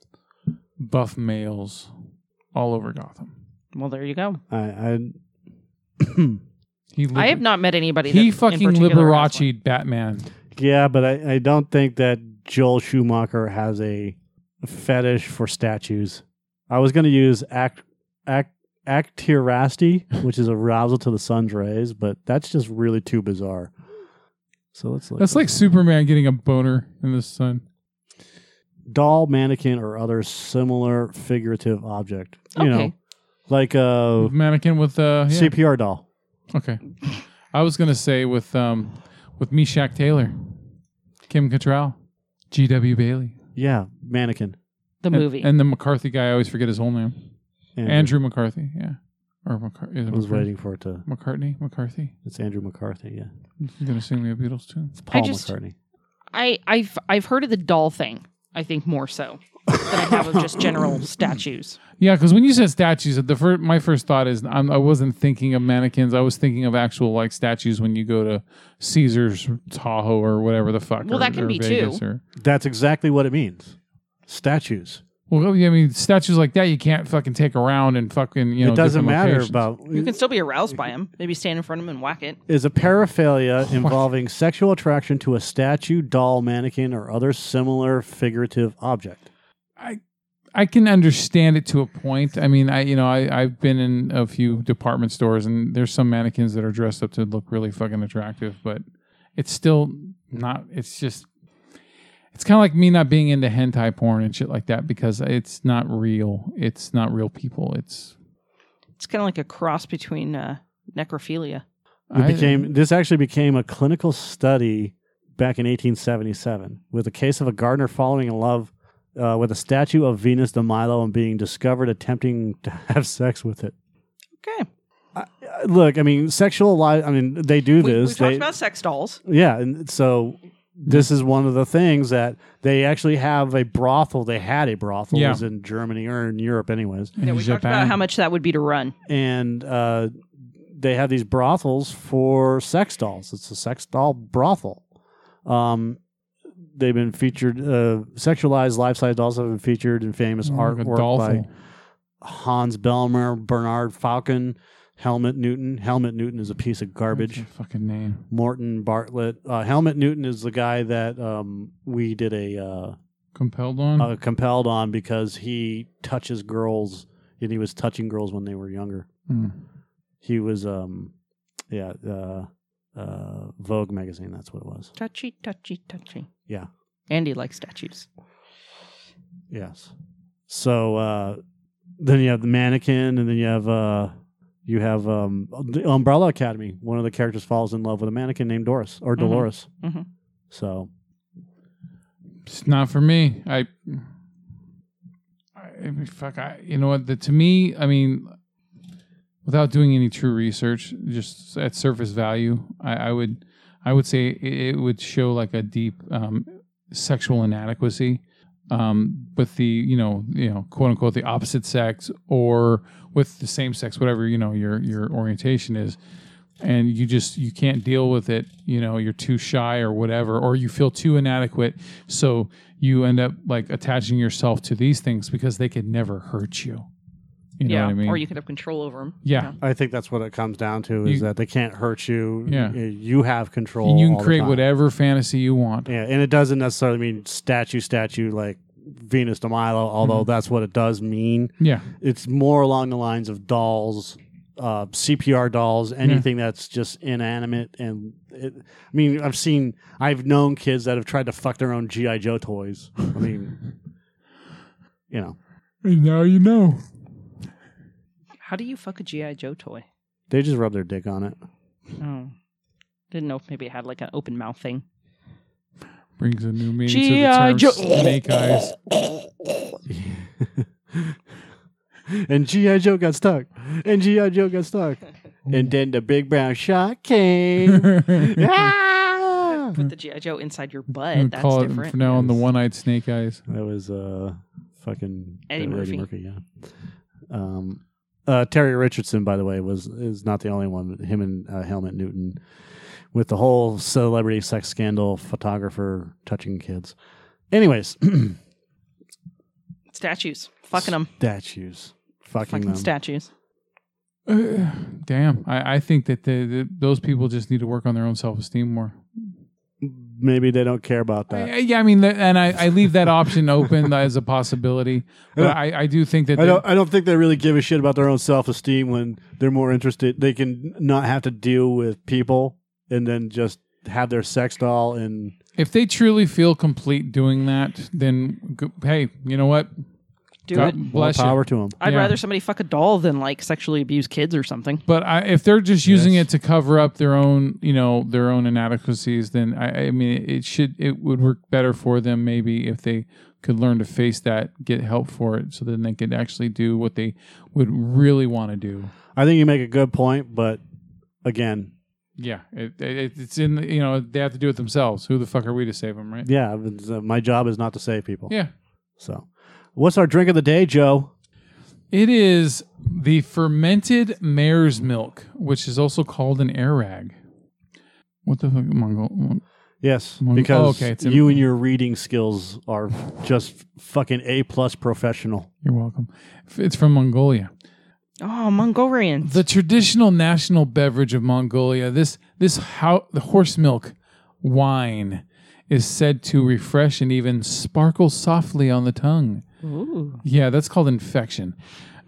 E: buff males all over Gotham.
B: Well, there you go.
D: I, I
E: He
B: I
E: liber-
B: have not met anybody. that
E: he
B: in
E: fucking
B: particular aroused one.
E: Liberace'd Batman.
D: [clears throat] yeah, but I, I don't think that Joel Schumacher has a fetish for statues. I was going to use act act actirasty, which is arousal to the sun's rays, but that's just really too bizarre. So let's look.
E: That's like Superman getting a boner in the sun.
D: doll, mannequin, or other similar figurative object. You know,
B: Okay.
D: like a
E: Mannequin with uh yeah.
D: CPR doll.
E: okay. I was gonna say with um with Meshack Taylor, Kim Cattrall, G. W. Bailey.
D: Yeah, mannequin.
B: The
E: And-
B: movie.
E: And, the McCarthy guy, I always forget his whole name. Andrew McCarthy, yeah. Or McCarthy.
D: I was waiting for it to.
E: McCartney? McCarthy.
D: It's Andrew McCarthy. Yeah,
E: You're going to sing me a Beatles tune.
D: it's Paul
B: just-
D: McCartney.
B: I, I've I've heard of the doll thing, I think more so than I have of
E: [laughs]
B: just general statues.
E: Yeah, because when you said statues, the fir- my first thought is I'm, I wasn't thinking of mannequins. I was thinking of actual like statues when you go to Caesar's Tahoe or whatever the fuck.
B: Well,
E: or-
B: that can
E: or
B: be
E: Vegas
B: too.
E: Or,
D: That's exactly what it means. Statues.
E: well, yeah, I mean, statues like that you can't fucking take around and fucking you know.
D: it doesn't
E: different
D: matter
E: locations.
D: about.
B: You can still be aroused by him. Maybe stand in front of him and whack it.
D: Is
E: [laughs]
D: a paraphilia involving sexual attraction to a statue, doll, mannequin, or other similar figurative object.
E: I can understand it to a point. I mean, I you know, I I've been in a few department stores and there's some mannequins that are dressed up to look really fucking attractive, but it's still not it's just it's kind of like me not being into hentai porn and shit like that because it's not real. It's not real people. It's
B: It's kind of like a cross between uh, necrophilia.
D: It
E: I-
D: became this actually became a clinical study back in 1877 with a case of a gardener falling in love uh, with a statue of Venus de Milo and being discovered attempting to [laughs] have sex with it.
B: Okay.
D: Uh, Look, I mean, sexual li I mean, they do
B: We, we
D: this.
B: talked
D: they,
B: about sex dolls.
D: yeah, and so this is one of the things that they actually have a brothel. They had a brothel it
E: Yeah.
D: was in Germany or in Europe, anyways.
E: in
B: Yeah, we talked about
E: Japan.
B: how much that would be to run.
D: and uh, they have these brothels for sex dolls. It's a sex doll brothel. Um, they've been featured, uh, sexualized life size dolls have been featured in famous
E: Mm, Like a
D: artwork
E: doll
D: by
E: thing.
D: Hans Bellmer, Bernard Falcon, Helmut Newton. Helmut Newton is a piece of
E: What's
D: garbage.
E: your fucking name.
D: Morton Bartlett. Uh, Helmut Newton is the guy that um, we did a uh,
E: Compelled on.
D: uh, compelled on because he touches girls and he was touching girls when they were younger.
E: Hmm.
D: He was, um, yeah, uh, uh, Vogue magazine. That's what it was.
B: Touchy, touchy, touchy.
D: Yeah.
B: Andy likes statues.
D: Yes. So uh, then you have the mannequin, and then you have uh, you have um, the Umbrella Academy. One of the characters falls in love with a mannequin named Doris or Dolores.
B: Mhm.
D: So
E: It's not for me. I, I fuck. I you know what? The, to me, I mean, without doing any true research, just at surface value, I, I would, I would say it, it would show like a deep um, sexual inadequacy um, with the you know you know quote unquote the opposite sex or with the same sex, whatever you know your your orientation is and you just you can't deal with it you know you're too shy or whatever or you feel too inadequate so you end up like attaching yourself to these things because they could never hurt you you know
B: yeah.
E: what i mean
B: Or you could have control over them.
E: yeah,
D: I think that's what it comes down to: is
E: You-
D: that they can't hurt you.
E: Yeah.
D: Y- you have control.
E: and you
D: all
E: can
D: the
E: create
D: time.
E: whatever fantasy you want
D: Yeah, and it doesn't necessarily mean statue, statue like Venus de Milo, although
E: Mm-hmm.
D: that's what it does mean.
E: yeah
D: It's more along the lines of dolls, uh, CPR dolls, anything that's just inanimate. And it, I mean, I've seen, I've known kids that have tried to fuck their own GI Joe toys.
E: [laughs]
D: I mean, you know,
E: and now you know
B: How do you fuck a G.I. Joe toy?
D: they just rub their dick on it.
B: Oh. Didn't know if maybe it had like an open mouth thing.
E: brings a new meaning to
B: G.I.
E: the term
B: Joe.
E: snake eyes
D: [laughs] [laughs] And GI Joe got stuck. And GI Joe got
B: [laughs]
D: stuck. And then the big brown shark came. ah!
B: Put the G.I. Joe inside your butt.
E: [laughs] We
B: That's
E: call it
B: different.
E: from Mm. now on the one-eyed snake eyes
D: That was uh fucking
B: Eddie
D: uh,
B: Murphy.
D: yeah. Um uh Terry Richardson by the way was is not the only one him and uh, Helmut Newton with the whole celebrity sex scandal photographer touching kids. Anyways,
B: Statues. Fucking them.
D: [clears throat] statues. Fucking,
B: Fucking
D: them.
B: statues.
E: Uh, damn I, I think that the, the, those people just need to work on their own self-esteem more
D: Maybe they don't care about that.
E: I- I- yeah, I mean, th- and I, I leave that option open [laughs] as a possibility, but I, I do think that
D: I
E: the-
D: don't. I don't think they really give a shit about their own self esteem when they're more interested. They can not have to deal with people and then just have their sex doll and
E: if they truly feel complete doing that, then go, hey, you know what?
B: Do
E: God
B: it.
E: bless
D: more power
E: you.
D: to them.
B: I'd
E: Yeah.
B: rather somebody fuck a doll than like sexually abuse kids or something.
E: But I, if they're just using it to cover up their own, you know, their own inadequacies, then I, I mean, it should it would work better for them maybe if they could learn to face that, get help for it, so then they could actually do what they would really want to do.
D: I think you make a good point, but again,
E: Yeah, it, it, it's in the, you know they have to do it themselves. Who the fuck are we to save them, right?
D: yeah, it's, uh, my job is not to save people.
E: Yeah.
D: So, what's our drink of the day, Joe?
E: It is the fermented mare's milk, which is also called an airag. What the fuck, Mongol?
D: Yes,
E: Mon-
D: because
E: oh, okay, it's in-
D: you and your reading skills are just fucking a plus professional.
E: You're welcome. It's from Mongolia.
B: Oh, Mongolians.
E: The traditional national beverage of Mongolia, this this how the horse milk wine is said to refresh and even sparkle softly on the tongue.
B: Ooh.
E: Yeah, that's called infection.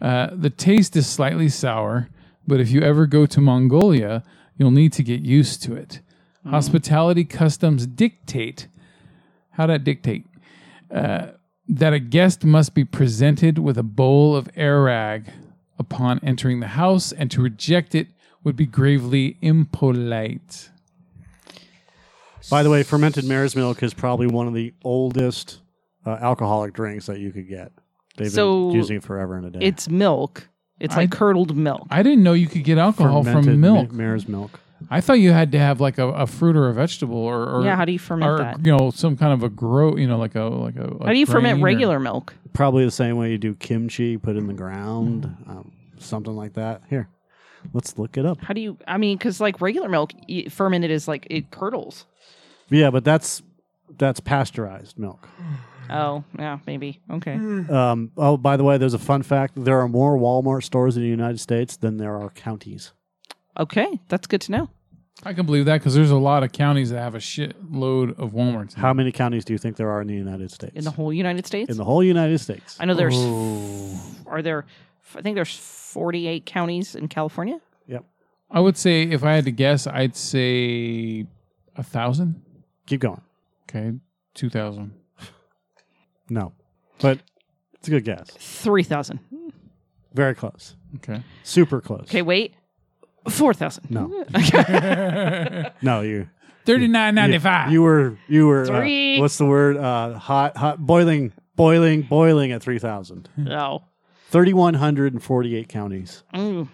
E: Uh, the taste is slightly sour, but if you ever go to Mongolia, you'll need to get used to it. Hospitality customs dictate how that dictate uh, that a guest must be presented with a bowl of arag upon entering the house, and to reject it would be gravely impolite.
D: By the way, fermented mare's milk is probably one of the oldest uh, alcoholic drinks that you could get. They've
B: So,
D: been using it forever and a day.
B: It's milk. It's like
E: I-
B: curdled milk.
E: I didn't know you could get alcohol
D: Fermented
E: from milk.
D: ma- mare's milk.
E: I thought you had to have like a, a fruit or a vegetable or, or
B: Yeah, how do you ferment
E: or,
B: that?
E: You know, some kind of a grow. You know, like a like a. er a
B: How do you
E: grain
B: ferment
E: or-
B: regular milk?
D: Probably the same way you do kimchi, put it in the ground, um, something like that. Here, let's look it up.
B: How do you? I mean, because like regular milk, y- fermented is like it curdles.
D: Yeah, but that's that's pasteurized milk.
B: Oh, yeah, maybe. Okay.
D: Um, oh, by the way, there's a fun fact: there are more Walmart stores in the United States than there are counties.
B: Okay, that's good to know.
E: I can believe that because there's a lot of counties that have a shitload of WalMarts.
D: How many counties do you think there are in the United States?
B: In the whole United States?
D: In the whole United States.
B: I know there's are there I think there's 48 counties in California.
D: Yep.
E: I would say if I had to guess, I'd say a thousand.
D: Keep going.
E: Okay, two thousand.
D: No, but it's a good guess.
B: 3,000.
D: Very close.
E: Okay.
D: Super close.
B: Okay, wait. 4,000.
D: No.
B: [laughs] Okay.
D: No, you.
E: Thirty nine ninety five.
D: You were. You were. uh,
B: Three.
D: what's the word? Uh, hot. Hot. Boiling. Boiling. Boiling at three thousand.
B: oh.
D: Thirty-one hundred and forty-eight counties.
B: Mm.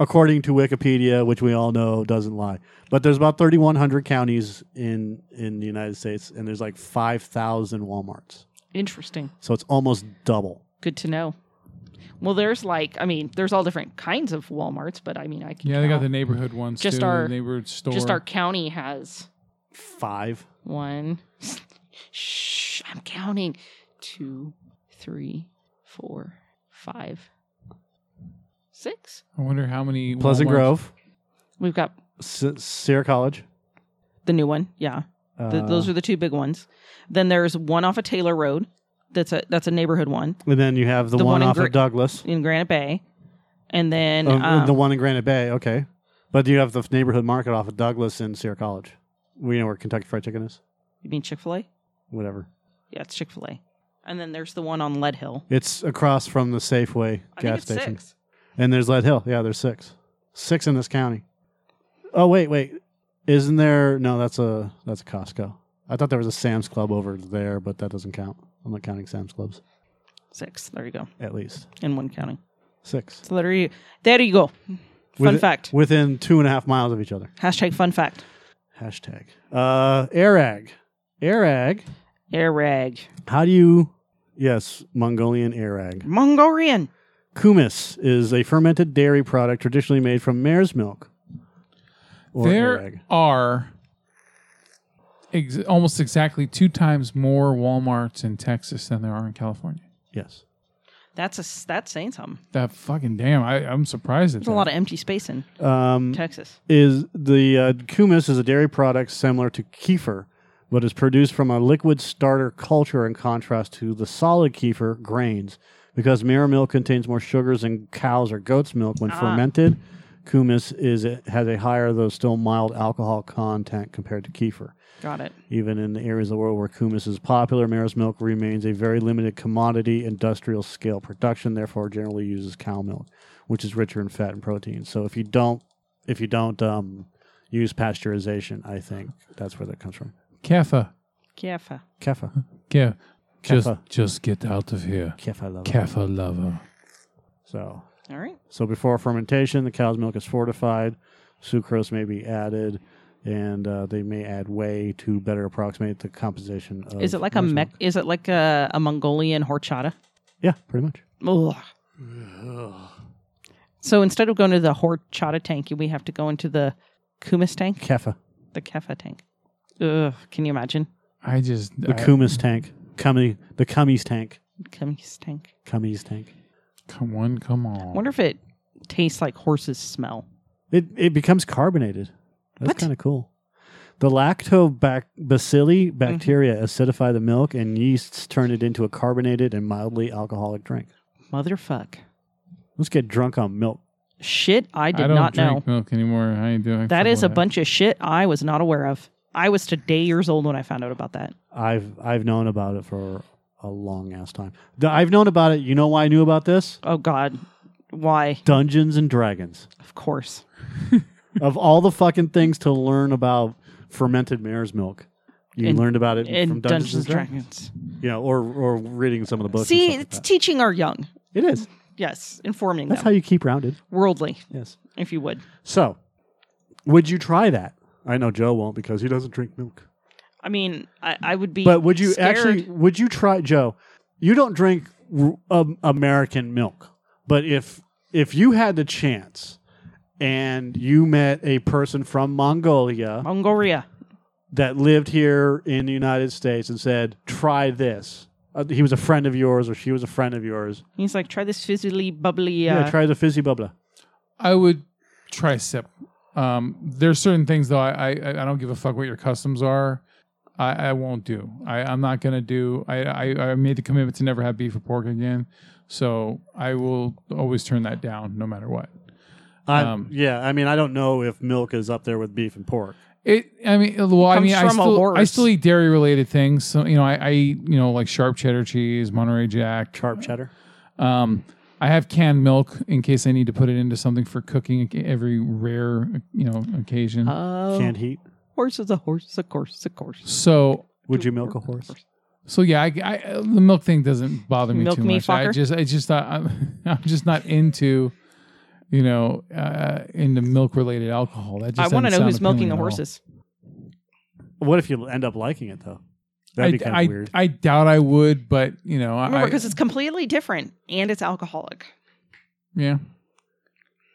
D: according to Wikipedia, which we all know doesn't lie. But there's about 3,100 counties in in the United States, and there's like 5,000 WalMarts.
B: Interesting.
D: So it's almost double.
B: Good to know. Well, there's like, I mean, there's all different kinds of Walmarts, but I mean, I can
E: Yeah, they got the
B: count.
E: neighborhood ones
B: Just
E: too.
B: our-
E: the neighborhood store.
B: Just our county has
D: Five.
B: one. [laughs] Shh, I'm counting. Two, three, four, five, six.
E: I wonder how many
D: Pleasant
E: Walmarts-
D: Grove,
B: We've got
D: S- Sierra College.
B: the new one. Yeah. Th-
D: Uh,
B: those are the two big ones. Then there's one off of Taylor Road. That's a that's a neighborhood one
D: and then you have the,
B: the
D: one,
B: one in
D: off
B: Gra-
D: of Douglas,
B: in Granite Bay, and then
E: Oh,
D: Um,
B: um,
D: the one in Granite Bay. Okay, but you have the neighborhood market off of Douglas and Sierra College. We know where Kentucky Fried Chicken is.
B: you mean Chick Fil A?
D: Whatever.
B: Yeah, it's Chick Fil A. And then there's the one on Lead Hill.
D: It's across from the Safeway gas
B: I think it's
D: station.
B: six.
D: And there's Lead Hill. Yeah, there's six. Six in this county. Oh wait, wait. Isn't there no, that's a that's a Costco. I thought there was a Sam's Club over there, but that doesn't count. I'm not counting Sam's Clubs,
B: Six. There you go.
D: at least.
B: In one county.
D: Six.
B: So there you there you go. Fun
D: Within-
B: fact.
D: Within two and a half miles of each other.
B: Hashtag fun fact.
D: Hashtag. Uh Arag. Arag.
B: Airag.
D: How do you Yes, Mongolian Arag.
B: Mongolian.
D: Kumis is a fermented dairy product traditionally made from mare's milk. Or
E: There
D: Arag.
E: are ex- almost exactly two times more WalMarts in Texas than there are in California.
D: Yes.
B: That's a s- that's saying something.
E: That fucking damn! I, I'm surprised at
B: There's a
E: that.
B: lot of empty space in
D: Um
B: Texas.
D: is the uh, kumis is a dairy product similar to kefir, but is produced from a liquid starter culture in contrast to the solid kefir grains. Because mare milk contains more sugars than cows or goat's milk when fermented, kumis is has a higher though still mild alcohol content compared to kefir.
B: Got it.
D: Even in the areas of the world where kumis is popular, mare's milk remains a very limited commodity industrial scale production, therefore generally uses cow milk, which is richer in fat and protein. So if you don't if you don't um, use pasteurization, I think that's where that comes from.
E: Keffa,
B: Kiefa.
D: Keffa.
E: Kef, just
D: Keffa.
E: just get out of here,
D: Keffa love.
E: Keffa lover.
D: So
B: All right.
D: so before fermentation, the cow's milk is fortified, sucrose may be added, and uh, they may add whey to better approximate the composition of
B: Is it like a
D: mare's
B: mech?
D: milk.
B: Is it like a, a Mongolian horchata?
D: Yeah, pretty much.
B: Ugh. So instead of going to the horchata tank, we have to go into the kumis tank,
D: Keffa.
B: the kefa tank. Ugh, can you imagine?
E: I just
D: The
E: I-
D: Kumis tank. Cummy, the Cummies tank.
B: Kumis tank.
D: Cummies tank.
E: come on, come on.
B: wonder if it tastes like horses smell.
D: It it becomes carbonated.
B: What?
D: That's kind of cool. The lactobacilli bacteria
B: Mm-hmm.
D: acidify the milk, and yeasts turn it into a carbonated and mildly alcoholic drink.
B: Motherfuck.
D: Let's get drunk on milk.
B: Shit, I did
E: I don't
B: not know.
E: drink milk anymore. I ain't doing
B: That is a bunch of shit I was not aware of. I was today years old when I found out about that.
D: I've I've known about it for a long ass time. The- I've known about it. You know why I knew about this?
B: Oh God, why?
D: Dungeons and
B: [laughs]
D: Dragons.
B: Of course.
D: of all the fucking things to learn about fermented mare's milk, you
B: And-
D: learned about it from
B: In
D: Dungeons,
B: Dungeons and
D: Dragons.
B: Dragons.
D: you know, or or reading some of the books. and
B: See,
D: stuff like
B: it's
D: that.
B: teaching our young.
D: it is.
B: Yes, informing
D: That's
B: them.
D: how you keep rounded.
B: Worldly,
D: Yes.
B: if you would.
D: So, would you try that? I know Joe won't because he doesn't drink milk.
B: I mean, I, I would be.
D: But would you
B: scared.
D: actually? Would you try Joe? You don't drink r- um, American milk, but if if you had the chance and you met a person from Mongolia
B: Mongolia?
D: that lived here in the United States and said, "Try this," uh, he was a friend of yours or she was a friend of yours.
B: He's like, try this fizzly, bubbly.
D: Yeah,
B: Uh,
D: try the fizzy bubbler.
E: I would try sip. Um, there's certain things though. I, I I don't give a fuck what your customs are. I, I won't do. I, I'm not gonna do. I, I I made the commitment to never have beef or pork again. So I will always turn that down, no matter what.
D: I,
E: Um,
D: yeah, I mean, I don't know if milk is up there with beef and pork.
E: It. I mean, uh, well, I
B: Comes
E: mean, I
B: from a
E: still,
B: horse.
E: I still eat dairy related things. So you know, I, I eat you know like sharp cheddar cheese, Monterey Jack,
D: Sharp cheddar.
E: Um, I have canned milk in case I need to put it into something for cooking ac- every rare, you know, occasion.
B: oh,
D: Canned heat.
B: horse is a horse, of course, of course.
E: so,
D: Would you milk a horse?
E: so yeah, I, I- the milk thing doesn't bother me
B: Milk
E: too
B: me,
E: much. I
B: fucker.
E: just, I just not, I'm, [laughs] I'm just not into, you know, uh, into milk related alcohol. That
B: I
E: just
B: want to
E: doesn't
B: know who's
E: sound appealing
B: milking the
E: at all.
B: horses.
D: What if you end up liking it though? That'd be kind
E: I,
D: of
E: I,
D: weird.
E: I doubt I would, but you know, I,
B: Remember, because it's completely different and it's alcoholic.
E: yeah.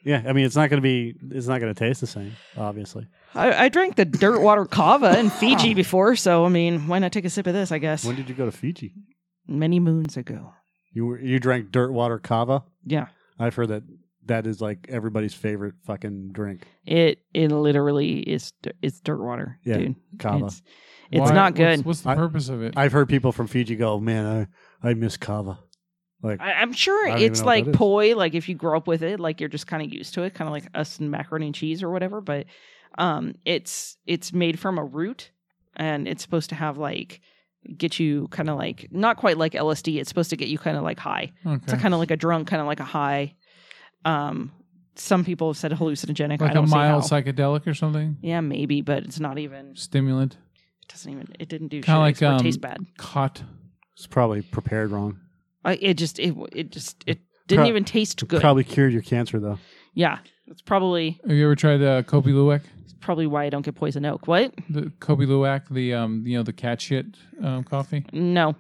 D: yeah, I mean, it's not going to be. It's not going to taste the same, obviously.
B: I, I drank the dirt water [laughs] kava in Fiji before, so I mean, why not take a sip of this? I guess
D: When did you go to Fiji?
B: many moons ago.
D: You were you drank dirt water kava.
B: Yeah,
D: I've heard that that is like everybody's favorite fucking drink.
B: it it literally is d- it's dirt water,
D: Yeah,
B: dude.
D: Kava.
B: It's, it's
E: Why-
B: not good.
E: What's, what's the
D: I-
E: purpose of it?
D: I've heard people from Fiji go, "Man, I I miss kava." Like
B: I, I'm sure
D: I don't even
B: it's
D: know what
B: like
D: that is.
B: poi. Like if you grow up with it, like you're just kind of used to it, kind of like us and macaroni and cheese or whatever. But um, it's it's made from a root, and it's supposed to have like get you kind of like not quite like LSD. It's supposed to get you kind of like high.
E: okay.
B: It's kind of like a drunk, kind of like a high. Um, some people have said hallucinogenic. I
E: like a
B: don't see
E: mild
B: how.
E: psychedelic or something
B: yeah, maybe, but it's not even.
E: stimulant.
B: It doesn't even. It didn't do. shit.
E: Kind of
B: Like,
E: like um,
B: it tastes bad.
E: cot.
D: it's probably prepared wrong.
B: I, it just. It. It just. It didn't
D: Pro-
B: even taste good.
D: Probably cured your cancer though.
B: yeah, it's probably.
E: Have you ever tried uh, Kobe Luwak?
B: probably why I don't get poison oak. What?
E: The Kobe Luwak, the um, you know, the cat shit um, coffee.
B: No,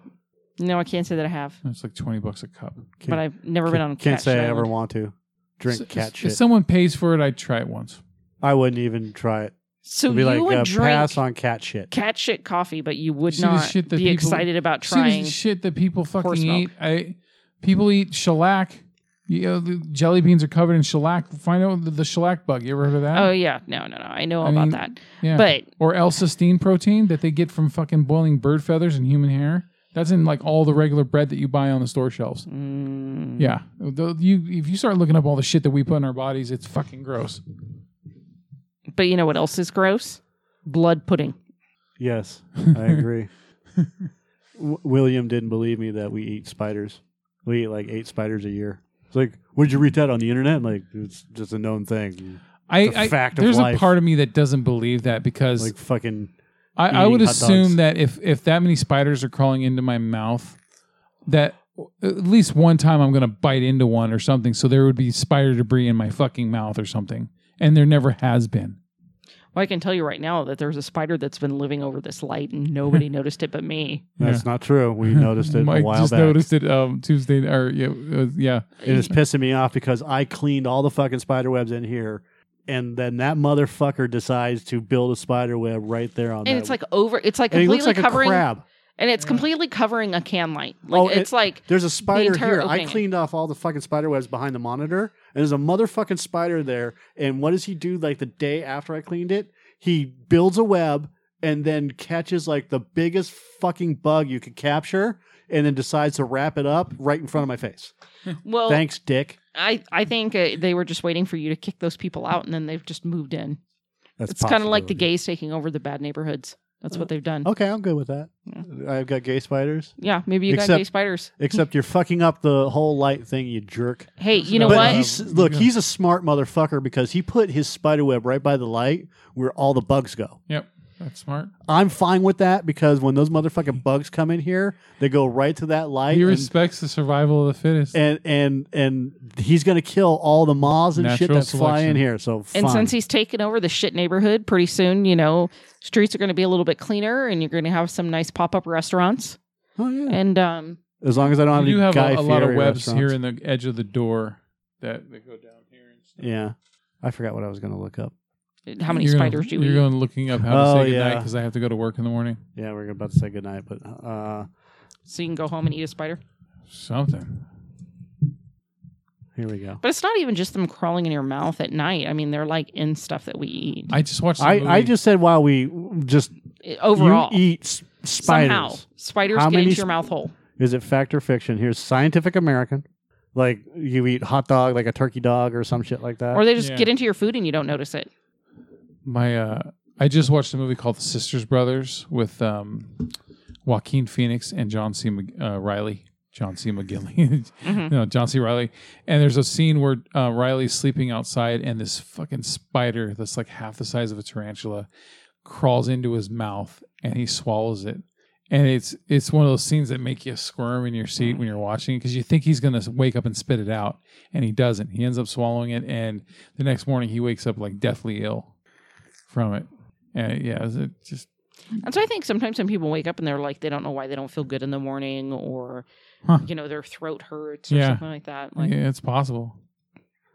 B: no, I can't say that I have.
E: It's like twenty bucks a cup.
D: Can't-
B: but I've never been on.
D: Can't
B: cat
D: say
B: shit
D: I ever
B: island.
D: want to drink
E: S-
D: cat
E: if,
D: shit.
E: If someone pays for it, I'd try it once.
D: I wouldn't even try it.
B: So
D: It'd be
B: you
D: like
B: would
D: uh,
B: drink
D: pass on cat shit.
B: cat shit coffee, but you would
E: See the
B: not
E: shit that
B: be
E: people-
B: excited about
E: See
B: trying.
E: the shit that people fucking
B: horse milk.
E: eat. I people eat shellac. You know, the jelly beans are covered in shellac. Find out the, the shellac bug. You ever heard of that?
B: oh yeah, no, no, no. I know
E: I
B: about
E: mean,
B: that,
E: yeah.
B: but
E: or L-cysteine protein that they get from fucking boiling bird feathers and human hair. That's in like all the regular bread that you buy on the store shelves.
D: Mm.
B: mm,
E: Yeah, Though you if you start looking up all the shit that we put in our bodies, it's fucking gross.
B: but you know what else is gross? Blood pudding.
E: [laughs]
D: Yes, I agree. w- William didn't believe me that we eat spiders. We eat like eight spiders a year. It's like, would you read that on the internet? I'm like, it's just a known thing.
E: I,
D: It's a
E: I-
D: fact of
E: there's a
D: life.
E: part of me that doesn't believe that because
D: Like fucking
E: I, I
D: eating
E: would
D: hot dogs.
E: assume that if if that many spiders are crawling into my mouth, that at least one time I'm gonna bite into one or something. So there would be spider debris in my fucking mouth or something, and there never has been.
B: Well, I can tell you right now that there's a spider that's been living over this light and
D: [laughs]
B: nobody noticed it but me.
D: that's not
E: [laughs]
D: true. We noticed it a
E: Mike
D: while
E: just
D: back.
E: noticed it um, Tuesday or yeah, it was- yeah.
D: It is pissing me off because I cleaned all the fucking spider webs in here, and then that motherfucker decides to build a spider web right there on.
B: And
D: that
B: it's like over. It's like
D: and he
B: completely
D: looks like
B: covering.
D: a crab.
B: And it's completely covering a can light. Like
D: Oh, it-
B: it's like
D: There's a spider
B: entire
D: here. I
B: opening.
D: cleaned off all the fucking spider webs behind the monitor, and there's a motherfucking spider there. And what does he do like the day after I cleaned it? He builds a web and then catches like the biggest fucking bug you could capture and then decides to wrap it up right in front of my face.
B: well,
D: Thanks, dick.
B: I I think uh, they were just waiting for you to kick those people out, and then they've just moved in.
D: That's
B: it's kind of like the
D: possibility. Oh.
B: gays taking over the bad neighborhoods. That's what they've done.
D: Okay, I'm good with that. I've got gay spiders.
B: Yeah, maybe you got
D: Except-
B: gay spiders.
D: Except you're fucking up the whole light thing, you jerk.
B: Hey, you know
D: but
B: what?
D: he's look, he's a smart motherfucker because he put his spider web right by the light where all the bugs go.
E: Yep, that's smart.
D: I'm fine with that because when those motherfucking bugs come in here, they go right to that light.
E: He
D: and-
E: respects the survival of the fittest.
D: and, and and he's gonna kill all the moths and shit
E: Natural
D: that fly
E: selection.
D: in here. So fine.
B: And since he's taken over the shit neighborhood, pretty soon, you know, streets are going to be a little bit cleaner, and you're going to have some nice pop up restaurants.
D: oh, yeah.
B: And um,
D: as long as I don't have
E: We do
D: any
E: have
D: Guy
E: a, a lot of
D: Fieri
E: webs here
D: restaurants.
E: in the edge of the door that, that go down here. And stuff.
D: yeah, I forgot what I was gonna look up.
B: how many
E: You're gonna-
B: spiders do
E: You're
B: you eat?
E: going looking up how to
D: Oh,
E: say goodnight
D: yeah.
E: because I have to go to work in the morning.
D: Yeah, we're about to say goodnight, but uh,
B: so you can go home and eat a spider.
E: Something.
D: Here we go.
B: But it's not even just them crawling in your mouth at night. I mean, they're like in stuff that we eat
E: I just watched. the
D: I,
E: movie.
D: I just said while we just
B: I, overall.
D: you eat s- spiders.
B: Somehow, spiders
D: How
B: get
D: many
B: into your
D: sp-
B: mouth hole.
D: Is it fact or fiction? Here's Scientific American. Like you eat hot dog like a turkey dog or some shit like that.
B: Or they just
E: Yeah.
B: get into your food and you don't notice it.
E: my uh I just watched a movie called The Sisters Brothers with um Joaquin Phoenix and John C. Mc, uh, Riley. John C. [laughs] McGinley.
B: Mm-hmm.
E: no, John C. Riley. And there's a scene where uh, Riley's sleeping outside and this fucking spider that's like half the size of a tarantula crawls into his mouth and he swallows it. And it's it's one of those scenes that make you squirm in your seat when you're watching it because you think he's gonna wake up and spit it out, and he doesn't. He ends up swallowing it, and the next morning he wakes up like deathly ill from it. And yeah, it was- it just
B: And so I think sometimes when people wake up and they're like, they don't know why they don't feel good in the morning or,
E: Huh.
B: you know, their throat hurts or
E: Yeah.
B: something like that. Like,
E: yeah, it's possible.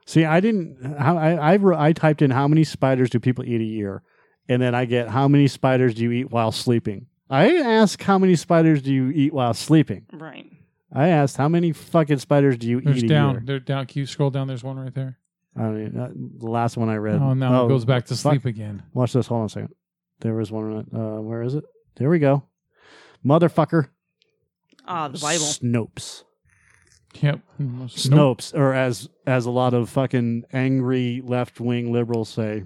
D: See, I didn't. How, I I, wrote- I typed in how many spiders do people eat a year, and then I get how many spiders do you eat while sleeping. I didn't ask how many spiders do you eat while sleeping.
B: right.
D: I asked how many fucking spiders do you
E: There's
D: eat a
E: down,
D: year.
E: there down. Can you scroll down? There's one right there.
D: I mean, uh, the last one I read.
E: Oh, now it goes back to
D: fuck.
E: sleep again.
D: Watch this. Hold on a second. There was one. Uh, where is it? There we go. Motherfucker.
B: Ah, the Bible.
D: Snopes.
E: Yep. Nope.
D: Snopes, or as as a lot of fucking angry left wing liberals say,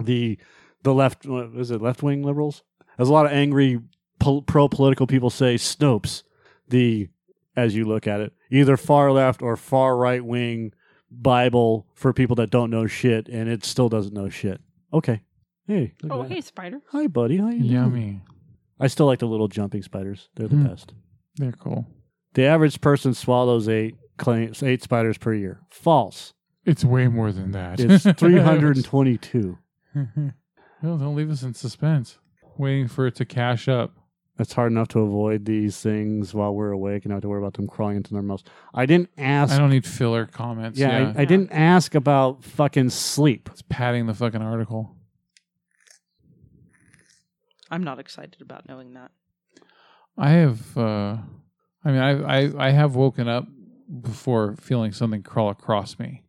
D: the the left what is it left wing liberals? As a lot of angry pol- pro political people say, Snopes, the as you look at it, either far left or far right wing Bible for people that don't know shit, and it still doesn't know shit. Okay, hey, look
B: Oh,
D: at that.
B: hey, spider.
D: hi buddy, how you doing?
E: Yummy.
D: I still like the little jumping spiders; they're the
E: Hmm.
D: best.
E: They're cool.
D: The average person swallows eight claims eight spiders per year. False.
E: It's way more than that.
D: It's
E: [laughs]
D: 322.
E: well, don't leave us in suspense, waiting for it to cash up.
D: That's hard enough to avoid these things while we're awake and not have to worry about them crawling into their mouths. I didn't ask.
E: I don't need filler comments.
D: yeah,
E: Yeah,
D: I, I didn't ask about fucking sleep.
E: it's padding the fucking article.
B: I'm not excited about knowing that.
E: I have. Uh, I mean, I, I I have woken up before feeling something crawl across me,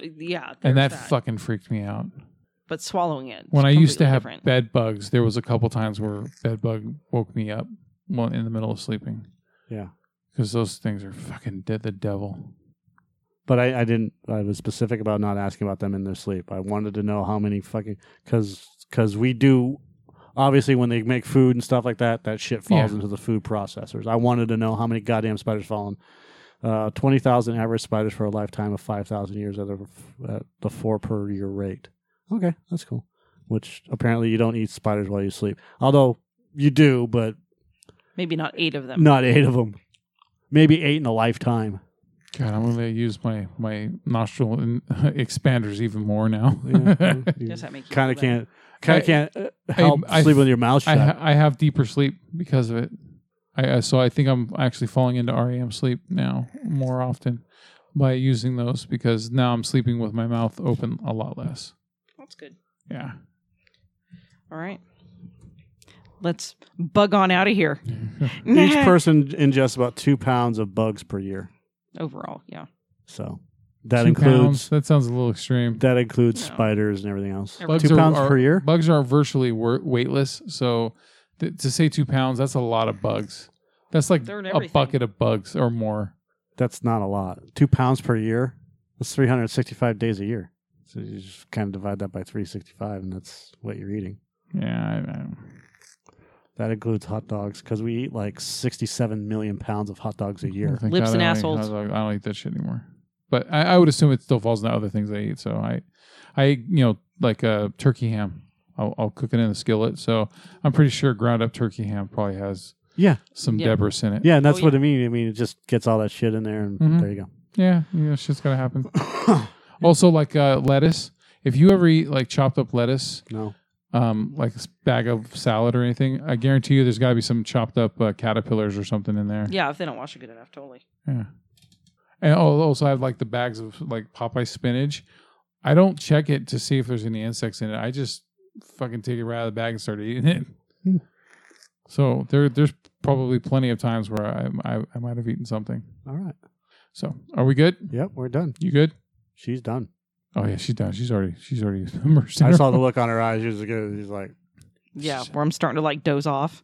B: Uh, Yeah.
E: and
B: there's
E: that, fucking freaked me out.
B: But swallowing it.
E: When I
B: is
E: used to
B: completely
E: have
B: different.
E: bed bugs, there was a couple times where bed bug woke me up one in the middle of sleeping.
D: Yeah.
E: because those things are fucking dead. The devil.
D: But I, I didn't. I was specific about not asking about them in their sleep. I wanted to know how many fucking because because we do obviously when they make food and stuff like that, that shit falls
E: Yeah.
D: into the food processors. I wanted to know how many goddamn spiders fallen. Uh, Twenty thousand average spiders for a lifetime of five thousand years at, a, at the four per year rate. Okay, that's cool. Which apparently you don't eat spiders while you sleep, although you do, but
B: Maybe not eight of them.
D: not eight of them. Maybe eight in a lifetime.
E: God, I'm gonna use my my nostril in, [laughs] expanders even more now. [laughs]
B: Does that make you
D: kind of
B: feel better?
D: can't kind
E: I-
D: of can't uh, help
E: I-
D: sleep with your mouth
E: I
D: shut.
E: ha- I have deeper sleep because of it. I, I so I think I'm actually falling into REM sleep now more often by using those because now I'm sleeping with my mouth open a lot less.
B: That's good.
E: Yeah.
B: All right. Let's bug on out of here. [laughs]
D: Each person ingests about two pounds of bugs per year.
B: Overall, yeah.
D: So that
E: Two
D: includes
E: pounds. That sounds a little extreme.
D: that includes
B: No.
D: spiders and everything else.
B: Bugs
D: two
E: are-
D: pounds
E: are-
D: per year.
E: Bugs are virtually wor- weightless. So th- to say two pounds, that's a lot of bugs. That's like
B: They're in
E: a
B: everything.
E: bucket of bugs or more.
D: That's not a lot. Two pounds per year. That's three hundred sixty-five days a year. So you just kind of divide that by three sixty-five, and that's what you're eating.
E: Yeah. I, I,
D: That includes hot dogs because we eat like sixty-seven million pounds of hot dogs a
E: [laughs]
D: year.
E: Thank
B: Lips
E: God
B: and
E: I don't eat
B: assholes.
E: hot dogs. I don't eat that shit anymore. But I, I would assume it still falls into other things I eat. So I, I eat, you know like uh, turkey ham. I'll, I'll cook it in the skillet. So I'm pretty sure ground up turkey ham probably has
D: Yeah,
E: some
B: Yeah.
E: debris in it.
D: yeah, and that's
B: Oh,
D: what I mean. I mean, it just gets all that shit in there, and
E: Mhm.
D: there you
E: yeah, yeah that shit's gotta happen.
D: go. [coughs]
E: also, like uh, lettuce. If you ever eat like chopped up lettuce,
D: no,
E: um, like a s- bag of salad or anything, I guarantee you there's gotta be some chopped up uh, caterpillars or something in there.
B: Yeah, if they don't wash it good enough, totally.
E: Yeah. And I'll also have like the bags of like Popeye spinach. I don't check it to see if there's any insects in it. I just fucking take it right out of the bag and start eating it. so there, there's probably plenty of times where I, I, I might have eaten something.
D: All right.
E: So are we good?
D: Yep, we're done.
E: You good?
D: She's done.
E: Oh yeah, she's done. She's already she's already [laughs] immersed. in
D: I
E: her-
D: saw the look on her eyes. She was good. She's like,
B: Yeah, where I'm starting to like doze off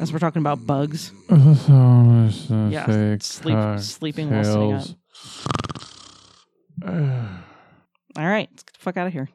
B: as we're talking about bugs. Yeah,
E: yeah,
B: sleep- sleeping while sitting up. All right, let's get the fuck out of here.